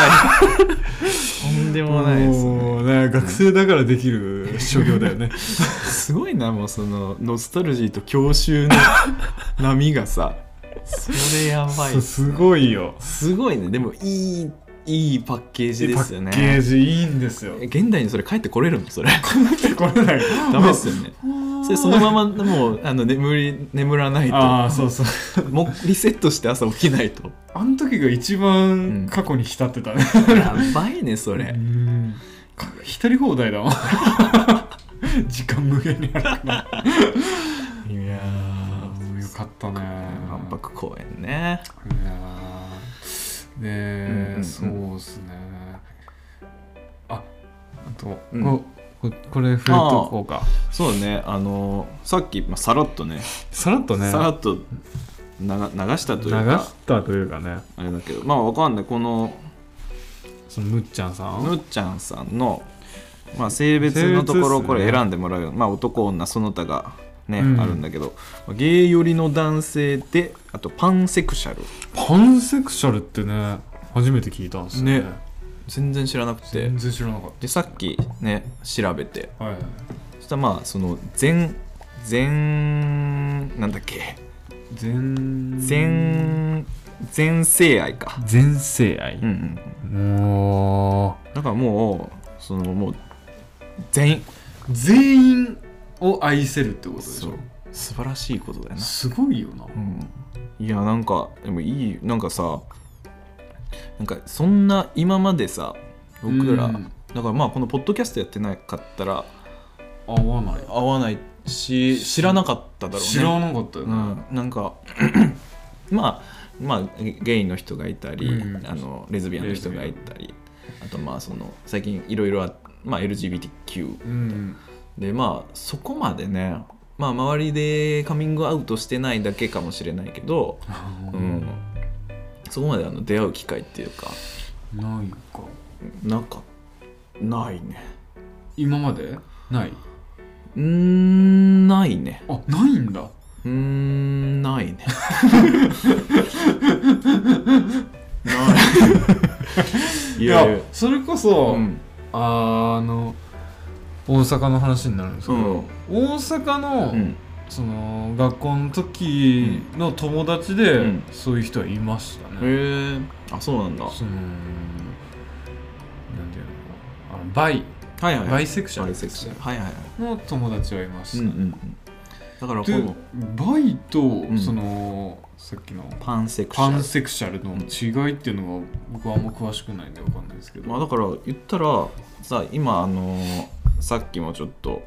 とんでもないですねもうね学生だからできる所業だよねすごいなもうそのノスタルジーと郷愁 [LAUGHS] の波がさそれやばいそうすごいよすごいねでもいいいいパッケージですよねパッケージいいんですよ現代にそれ帰ってこれる [LAUGHS] のそれこれないダ [LAUGHS] メですよねそれそのままもうあの眠り眠らないあとあそうそうもうリセットして朝起きないとあの時が一うん番過去に浸ってたね、やばいねそれうんか浸り放題だわ時間無限にあるからいやーよかったね万博公園ねいやーねえ、うんうんうんそうっすねああと、うんこここれ触れとこうかそうねあのさっき、まあ、さらっとねさらっとねさらっとなが流した流というかしたというかねあれだけどまあわかんないこのそのむっちゃんさんむっちゃんさんの、まあ、性別のところをこれ選んでもらうよ、まあ男女その他がね、うんあるんだけどまあゲイ寄りの男性であとパンセクシャルパンセクシャルってね初めて聞いたんですよねね全然知らなくて全然知らなかっでさっきね調べてたはいそしたらまあその全全なんだっけ全全全性愛か、全性愛うんうん、もだからもうそのもう全員う全員を愛せるってことでしそょう素晴らしいことだよなすごいよなうん、いやなんかでもいいなんかさなんかそんな今までさ僕ら、うんだからまあこのポッドキャストやってなかったら合わない合わないし知らなかっただろうね知らなかったようね、ん、なんか [CLEARS THROAT] まあまあゲイの人がいたり、うんあのレズビアンの人がいたりあとまあその最近いろいろあまあ LGBTQ うんでまあそこまでねまあ周りでカミングアウトしてないだけかもしれないけどうん、そこまであの出会う機会っていうかないかなんかないね今までないうーんないねあないんだうーんない [LAUGHS] ねないいいややいやそれこそ、うんあの大阪の話になるんですけど、うん大阪の、うんその学校の時の友達で、うんそういう人はいましたへね、えあそうなんだはそのなんていうのあのバイいはいバはいイセクシャバルイセクシャルはいはいはいの友達はいましうたんうね、んうんだからこでのバイと、んそのさっきのパンセクシパャンルセクシャルの違いっていうのが僕はあんま詳しくないんでわかんないですけど、まあだから言ったらさ今あのーさっきもちょっと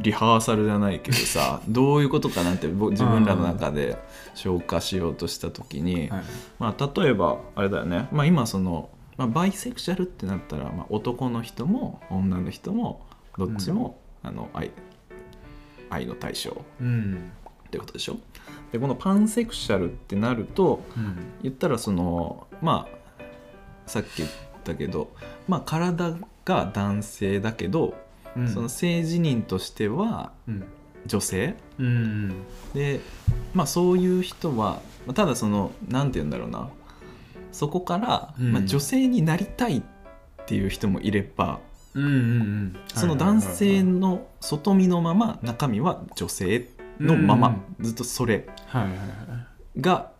リハーサルじゃないけど [LAUGHS] さどういうことかなって僕自分らの中で消化しようとした時に、はい、まあ例えばあれだよね、まあ、今その、まあ、バイセクシャルってなったら、まあ、男の人も女の人もどっちも、あの愛愛の対象っうん、てことでしょでこのパンセクシャルってなるとうん、言ったらそのまあさっき言ったけど、まあ、体が男性だけどうんその性自認としてはうん女性うんでまあそういう人はまあただその何て言うんだろうなそこから、うんまあ、女性になりたいっていう人もいればうんうんうんその男性のの外見のまま中身は女性のまま、ずっとそれはいはいはいが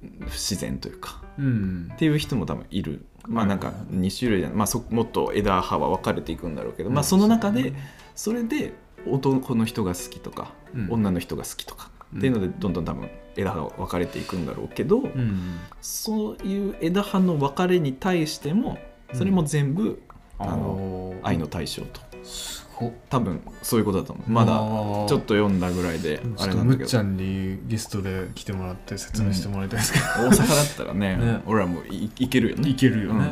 不自然というかうんっていう人も多分いる。まあなんか2種類じゃない、まあ、そもっと枝葉は分かれていくんだろうけど、まあ、その中でそれで男の人が好きとか、うん女の人が好きとかうんっていうのでどんどん多分枝葉が分かれていくんだろうけど、うんそういう枝葉の分かれに対してもそれも全部ああの愛の対象と、すごっ多分そういうことだと思うまだだちょっと読んだぐらいでちあょっれとなんむっだけちどゃんにゲストで来てもらって説明してもらいたいですけ大阪だったらね [LAUGHS] ね俺らもいいけるよど、ねいけるよね、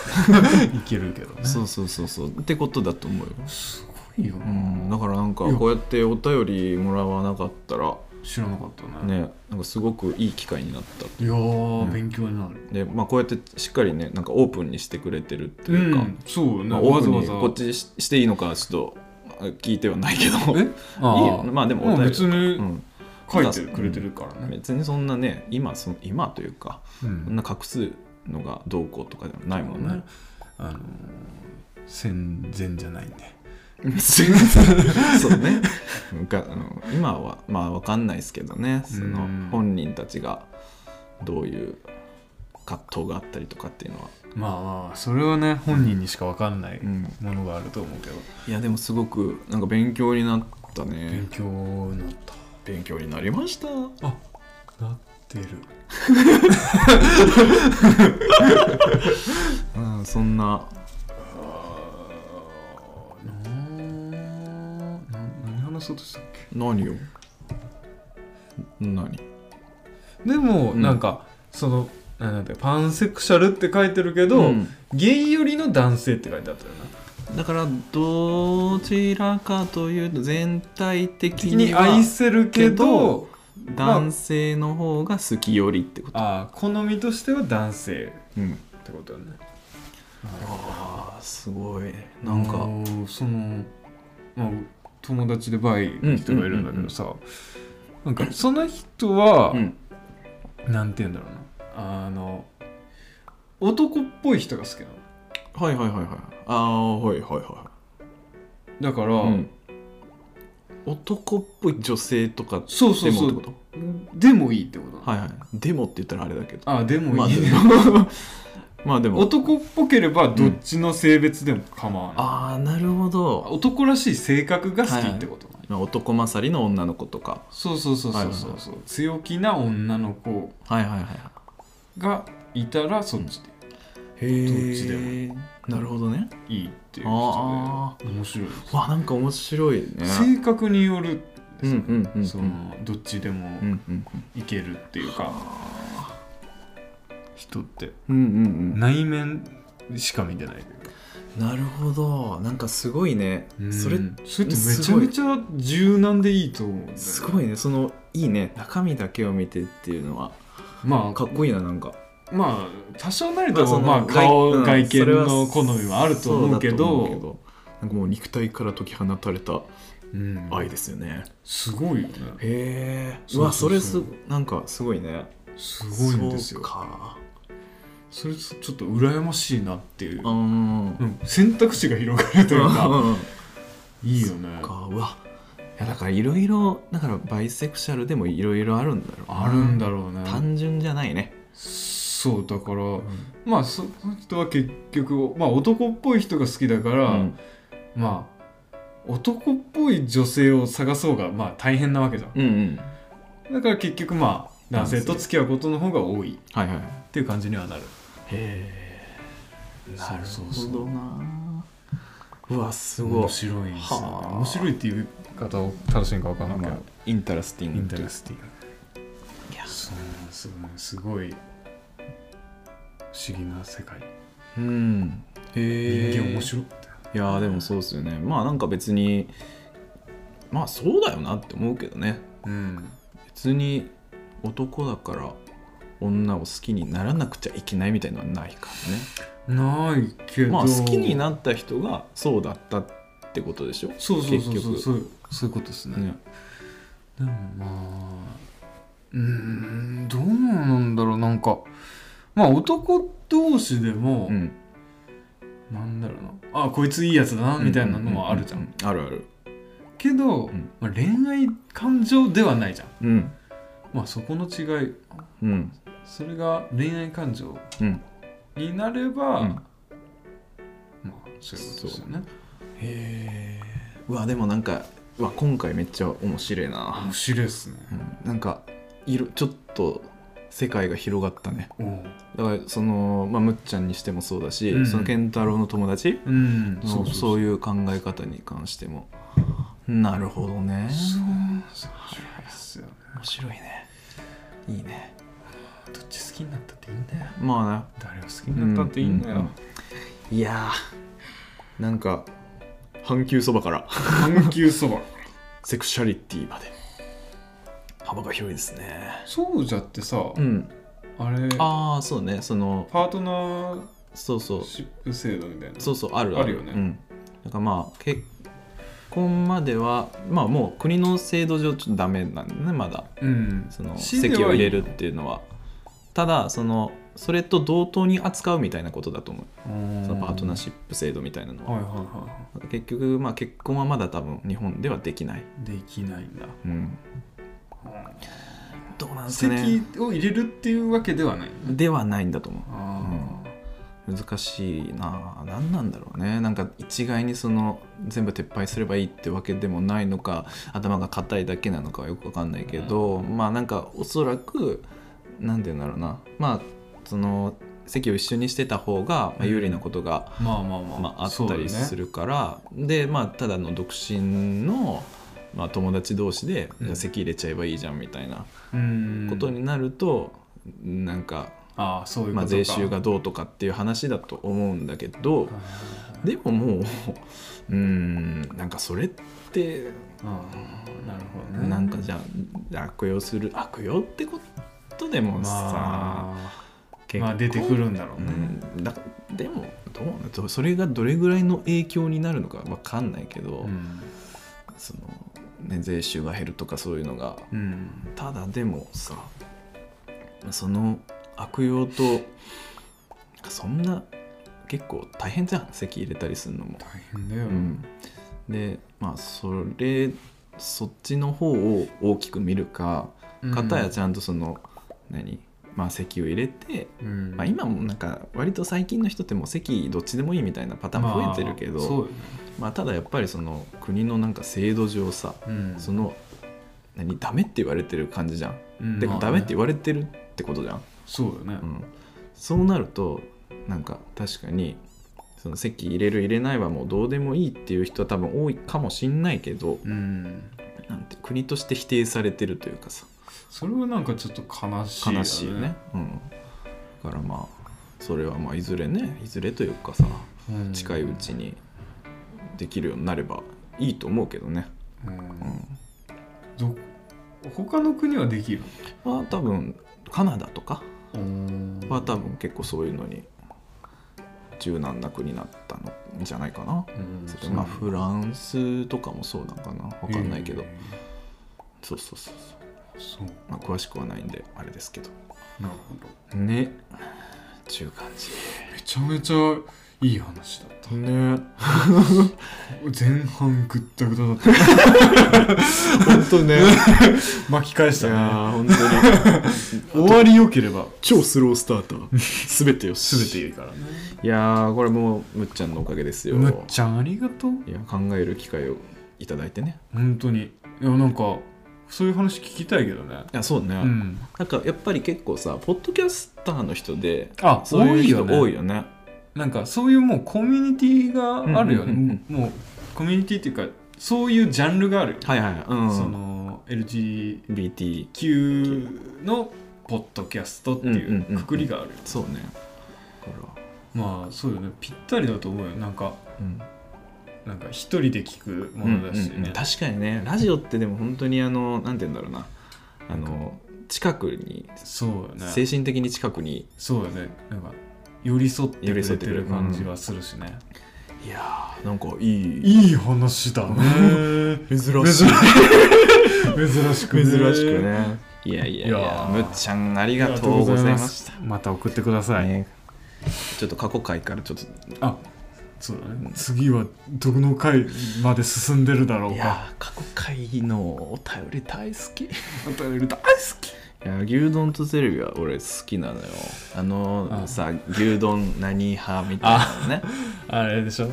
[LAUGHS] いけるけどねそううそうそうそうってことだと思うよ、すごいよな、うん、だからなんかいやこうやってお便りもらわなかったら知らなかったねねなんかすごくいい機会になったいやー、うん勉強になるで、まあ、こうやってしっかりねなんかオープンにしてくれてるっていうか、ん、そうよね、まあ、わオーざプンわにざこっちししていいのかちょっとあ聞いてはないけどえ [LAUGHS] いいああよまあでもおまあ便別り、うにん、書いてくれてるからね、別にそんなね今その今というかうんそんな隠すのがどうこうとかではないもんね。あのー戦前じゃないんでそうねむかあの今はまあわかんないですけどねそのうん本人たちがどういう葛藤があったりとかっていうのは、まあまあそれはね本人にしか分かんないうんものがあると思うけど、いやでもすごくなんか勉強になったね勉強になった勉強になりましたあなってるうんそんななーな何話そうとしたっけ何よ何でも、うんなんかそのなんだっけパンセクシャルって書いてるけど、うんゲイ寄りの男性って書いてあったよなだからどちらかというと全体的敵にには愛せるけど男性の方が好きよりってこと、ああ好みとしては男性うんってことだねあーすごいなんあかのその、まあ、友達でバイの人がいるんだけどさ、なんかその人は、うんなんて言うんだろうなあの男っぽい人が好きなのはいはいはいはいああはいはいはだから、い、うん、男っぽい女性とかそうそうそでもうってこでもいいってことなのとはいはいでもって言ったらあれだけどあでもまあいで [LAUGHS] い、ねもまあでも男っぽければどっちの性別でも構わない、ああなるほど、男らしい性格が好きってことなの、まあ、男勝りの女の子とかそうそうそうそうそうそう、強気な女の子はいはいはいはいがいたらそっちでへーどっちでもなるほどねいいっていうあ人で面白いですわなんか面白いね性格によるうんうんうんうんそのどっちでもうんうんいけるっていうか、人ってうんうんうん内面しか見てないというか、なるほどなんかすごいね、そそれっれてめちゃめちゃ柔軟でいいと思うんだよねすごいねそのいいね中身だけを見てっていうのはまかっこいいななんかあまあ多少なりとまあもそのまあ顔、うん外見それはの好みはあると思うけどそだと思うなんかもう肉体から解き放たれたうん愛ですよね、すごいよねへえそううわそそうそうれすなんかすごいねすごいんですそうよかそれちょっと羨ましいなっていうう、んうん、選択肢が広がるというかうんいいよねかうわいやだからいろいろだからバイセクシャルでもいろいろあるんだろうなあるんだろうね単純じゃないね、そうだからまあそその人は結局、まあ、男っぽい人が好きだから、うんまあ男っぽい女性を探そうがまあ大変なわけじゃんうんうんだから結局まあ男性と付き合うことの方が多いはいはいっていう感じにはなるへえなるそうそうそほうどなうわすごい面白いですよねはあ面白いっていう言い方を正しいんか分からなんなかいインタラスティンけどグインタレスティングいやそうすごいすごい不思議な世界うんへえ人間面白いっていやーでもそうですよねまあなんか別にまあそうだよなって思うけどねうん別に男だから女を好きにならなくちゃいけないみたいのはないからねないけどまあ好きになった人がそうだったっってことでしょそうそうそうそう結そうそういうことですねねでもまあうーんどうなんだろうなんかまあ男同士でも、うんなんだろうなあこいついいやつだなみたいなのはあるじゃんうあるあるけど、うんまあ、恋愛感情ではないじゃんうんまあそこの違いうんそれが恋愛感情うんになれば、うんまあそういうことですよねへえうわでもなんかうわ今回めっちゃ面白いな面白いっすねうんなんかいろちょっと世界が広がったねうんだからその、まあ、むっちゃんにしてもそうだし、うんその健太郎の友達うんそうそうういう考え方に関してもなるほどねそうそうそうですよね面白いねいいねどっち好きになったっていいんだよま誰を好きあねになったっていいんだううようんいやーなんか阪急そばから半球そばセクシャリティまで幅が広いですねそうじゃってさ、うんあれああそうねそのパートナーそうそうシップ制度みたいなそううそうあるあるよねうん、だからまあ結婚まではまあもう国の制度上ちょっとダメなんだねまだんその市ではいい籍を入れるっていうのはただそのそれと同等に扱うみたいなことだと思うそそのパートナーシシップ制度みたいなのは、はいはいは結局まあ結婚はまだ多分日本ではできない、いできないんだうん、どうなんですかね席を入れるっていうわけではないんだではないんだと思うあ難しいな何なんだろうねなんか一概にその全部撤廃すればいいってわけでもないのか頭が硬いだけなのかはよくわかんないけど、まあなんかおそらく何て言うんだろうなまあその席を一緒にしてた方が、まあ、有利なことが、あまあまあまあまあ、あったりするるから、でまあただの独身の、まあ、友達同士で、うんじゃあ席入れちゃえばいいじゃんみたいなこことになると、なんかああそういうことかまあ、税収がどうとかっていう話だと思うんだけどでももううーんなんかそれってああなるほどねなんかじゃあ悪用する悪用ってことでもさ、まあ結構まあ出てくるんだろううねんだでもどうなんどうそれがどれぐらいの影響になるのかわかんないけど、うんそのね、税収が減るとかそういうのがうんただでもさその悪用となんかそんな結構大変じゃん席入れたりするのも。大変だようん、でまあそれそっちの方を大きく見るか片やちゃんとその、何まあ席を入れて、うんまあ、今もなんか割と最近の人ってもう席どっちでもいいみたいなパターン増えてるけまど、あそうよねまあ、ただやっぱりその国のなんか制度上さうんその何ダメって言われてる感じじゃん。うんでまあねダメって言われてるってことじゃん、そうよねうん、そうなるとなんか確かにその席入れる入れないはもうどうでもいいっていう人は多分多いかもしんないけどうんなんて国として否定されてるというかさそれはなんかちょっと悲しいよね悲しいよねうん、だからまあそれはまあいずれねいずれというかさうん近いうちにできるようになればいいと思うけどね、うんうんど他の国はできるまあ多分カナダとかはは多分結構そういうのに柔軟な国になったのじゃないかな。うまあ、フランスとかもそうなんかなわかんないけど、そうそうそうそそう、うまあ、詳しくはないんであれですけどなるほどねちゅう感じめちゃめちゃいい話だったね [LAUGHS] 前半ぐったぐただった本当 [LAUGHS] ねい巻き返しやたねー本当に終わりよければ超スロースタータ [LAUGHS] ーすべてよす全ていいからねいやーこれもうむっちゃんのおかげですよむっちゃんありがとういや考える機会をいただいてね本当にいやなんかそういう話聞きたいけどねいやそうね、うんなんかやっぱり結構さポッドキャスターの人であそういう多いよ人ね多いよねなんかそういうもうコミュニティがあるよね、うんうんもうコミュニティっていうかそういうジャンルがあるよ、はいはいはいうんその LGBTQ BT のポッドキャストっていんうんうんううんくくりがあるよ、そうねだからまあそうよねぴったりだと思うよなんかうんなんか一人で聞くものだしね、うんうんうん確かにねラジオってでも本当にあのなんて言うんだろうなあの近くにそうよ精ね神的に近くにそうよねなんか寄り添って寄くり添れっててくれるる感じはするしね、いいやーなんかいいいい話だね珍珍しい珍しくね [LAUGHS] 珍しくねいやいやいいややーむっちゃんありあがとうございりがとうございましままた送ってくだたさい、ねちょっと過去回からちょっとあそうだね次はどの回まで進んでるだろういかやー過去回のお便り大好きいお便り大好きやー牛丼とゼルビは俺好きなのよあのーあさ牛丼何派みたいなのねあれでしょ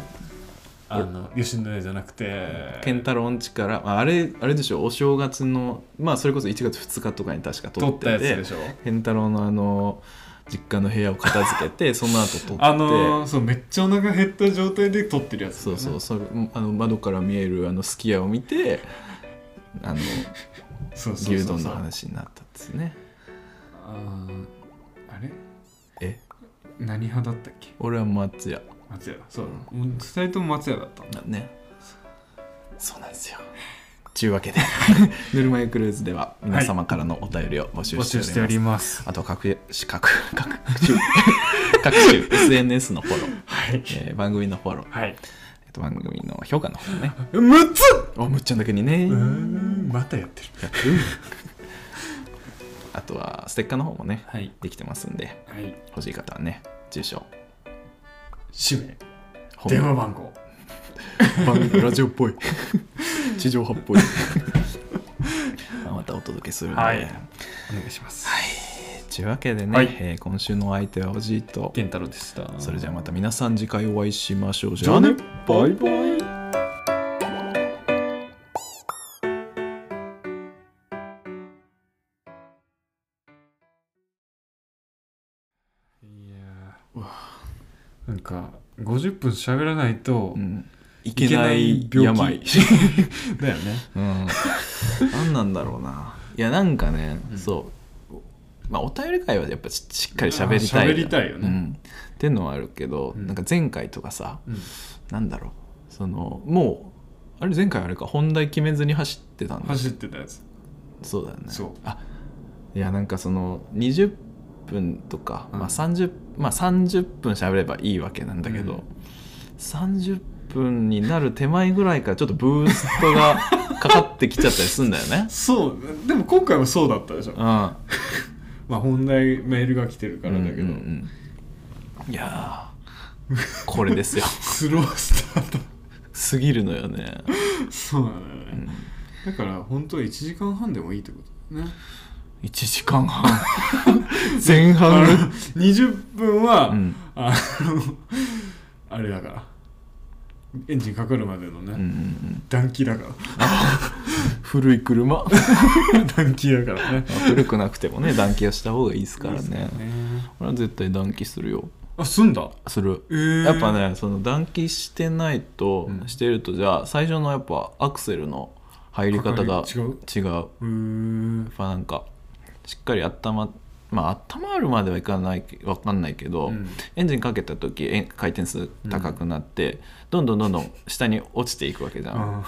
あの吉野家じゃなくてケンタロンチからああれあれでしょお正月のまあそれこそ1月2日とかに確か撮撮っったてやつでてしょケンタロウのあの実家の部屋を片付 [LAUGHS] けてその後撮ってあのー、そうめっちゃお腹減った状態で撮ってるやつだそようね、そうそれあの窓から見えるあのすき家を見てあのそうそうそう牛丼の話になったんですねあーあれえ何派だったっけ俺は松屋松屋だそう2人とも松屋だったんだだねそうなんですよちゅうわけでぬるま湯クルーズでは皆様からのお便りを募集募集ししてておおりりますますあと各種各各種各種 [LAUGHS] SNS のフォロー、はいえー番組のフォロ [LAUGHS] ー、はいえっと、番組の評価の方ね6つあむっちゃんだけにねうーんまたやってるやってる [LAUGHS] あとはステッカーの方もねはいできてますんではい欲しい方はね住所氏名本電話番号番組ラジオっ [LAUGHS] ぽい地上波っぽい [LAUGHS] またお届けするので、はいお願いしますというわけでね、はいえー今週のお相手はおじいと健太郎でしたそれじゃあまた皆さん次回お会いしましょうじじゃあねバイバイいやーなんか50分喋らないとうん、いいけない病だよね [LAUGHS] うん、何なんだろうないやなんかね、うんそうまあお便り会はやっぱししっかり喋りたいあー喋りたいよねうん、っていうのはあるけど、うんなんか前回とかさうんなんだろうそのもうあれ前回あれか本題決めずに走ってたんだ走ってたやつそうだよねそうあいやなんかその20分とか、うんまあ、30まあ30分喋ればいいわけなんだけど、うん30分になる手前ぐらいからちょっとブーストがかかってきちゃったりすんだよ [LAUGHS] ねそうでも今回もそうだったでしょうんだまあ本題メールが来てるからだけど、いやーこれですよスロースタート過ぎるのよね、そうなのようね、ん、だから本当は1時間半でもいいってことだね1時間半前半あの20分は、うんあのあれだからエンジンかかるまでのね、うんうんうん暖気だから古い車 [LAUGHS] 暖気だからね古くなくてもね暖気はした方がいいですからいいねっすよね俺は絶対暖気するよあすんだするえー、やっぱねその暖気してないと、うんしてるとじゃあ最初のやっぱアクセルの入り方かがかり違う違うやっうーんぱなんかしっかり温ままあ温まるまではいかないわかんないけど、うんエンジンかけた時えん回転数高くなって、どんどんどんどん下に落ちていくわけじゃん、あ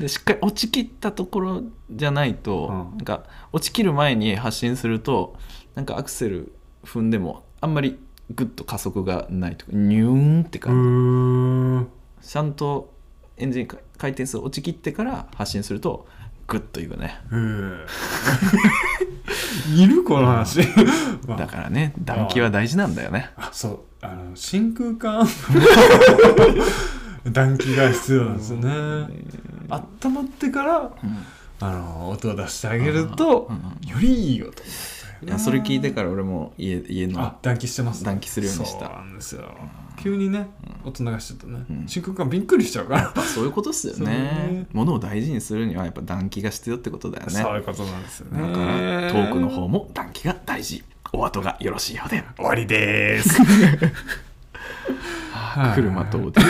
でしっかり落ちきったところじゃないと、うんなんか落ちきる前に発進するとなんかアクセル踏んでもあんまりグッと加速がないとかニューンってーうー感んじちゃんとエンジンか回転数落ちきってから発進するとグッといくねえ [LAUGHS] ー [LAUGHS] いるこの話、まあだからね暖気は大事なんだよねあそうあの真空管 [LAUGHS] アンプの暖気が必要なんですよね、温まってからあの音を出してあげると、うんうんよりいい音いやそれ聞いてから俺も家家のあ暖気してます暖気するようにしたそうなんですよ急にね、音流しちゃったね、うん真空管びっくりしちゃうから、そういうことっすよそうねねものを大事にするにはやっぱ暖気が必要ってことだよねそういうことなんですよねだからトークの方も短期が大事お後がよろしいようで [LAUGHS] 終わりです車とお手を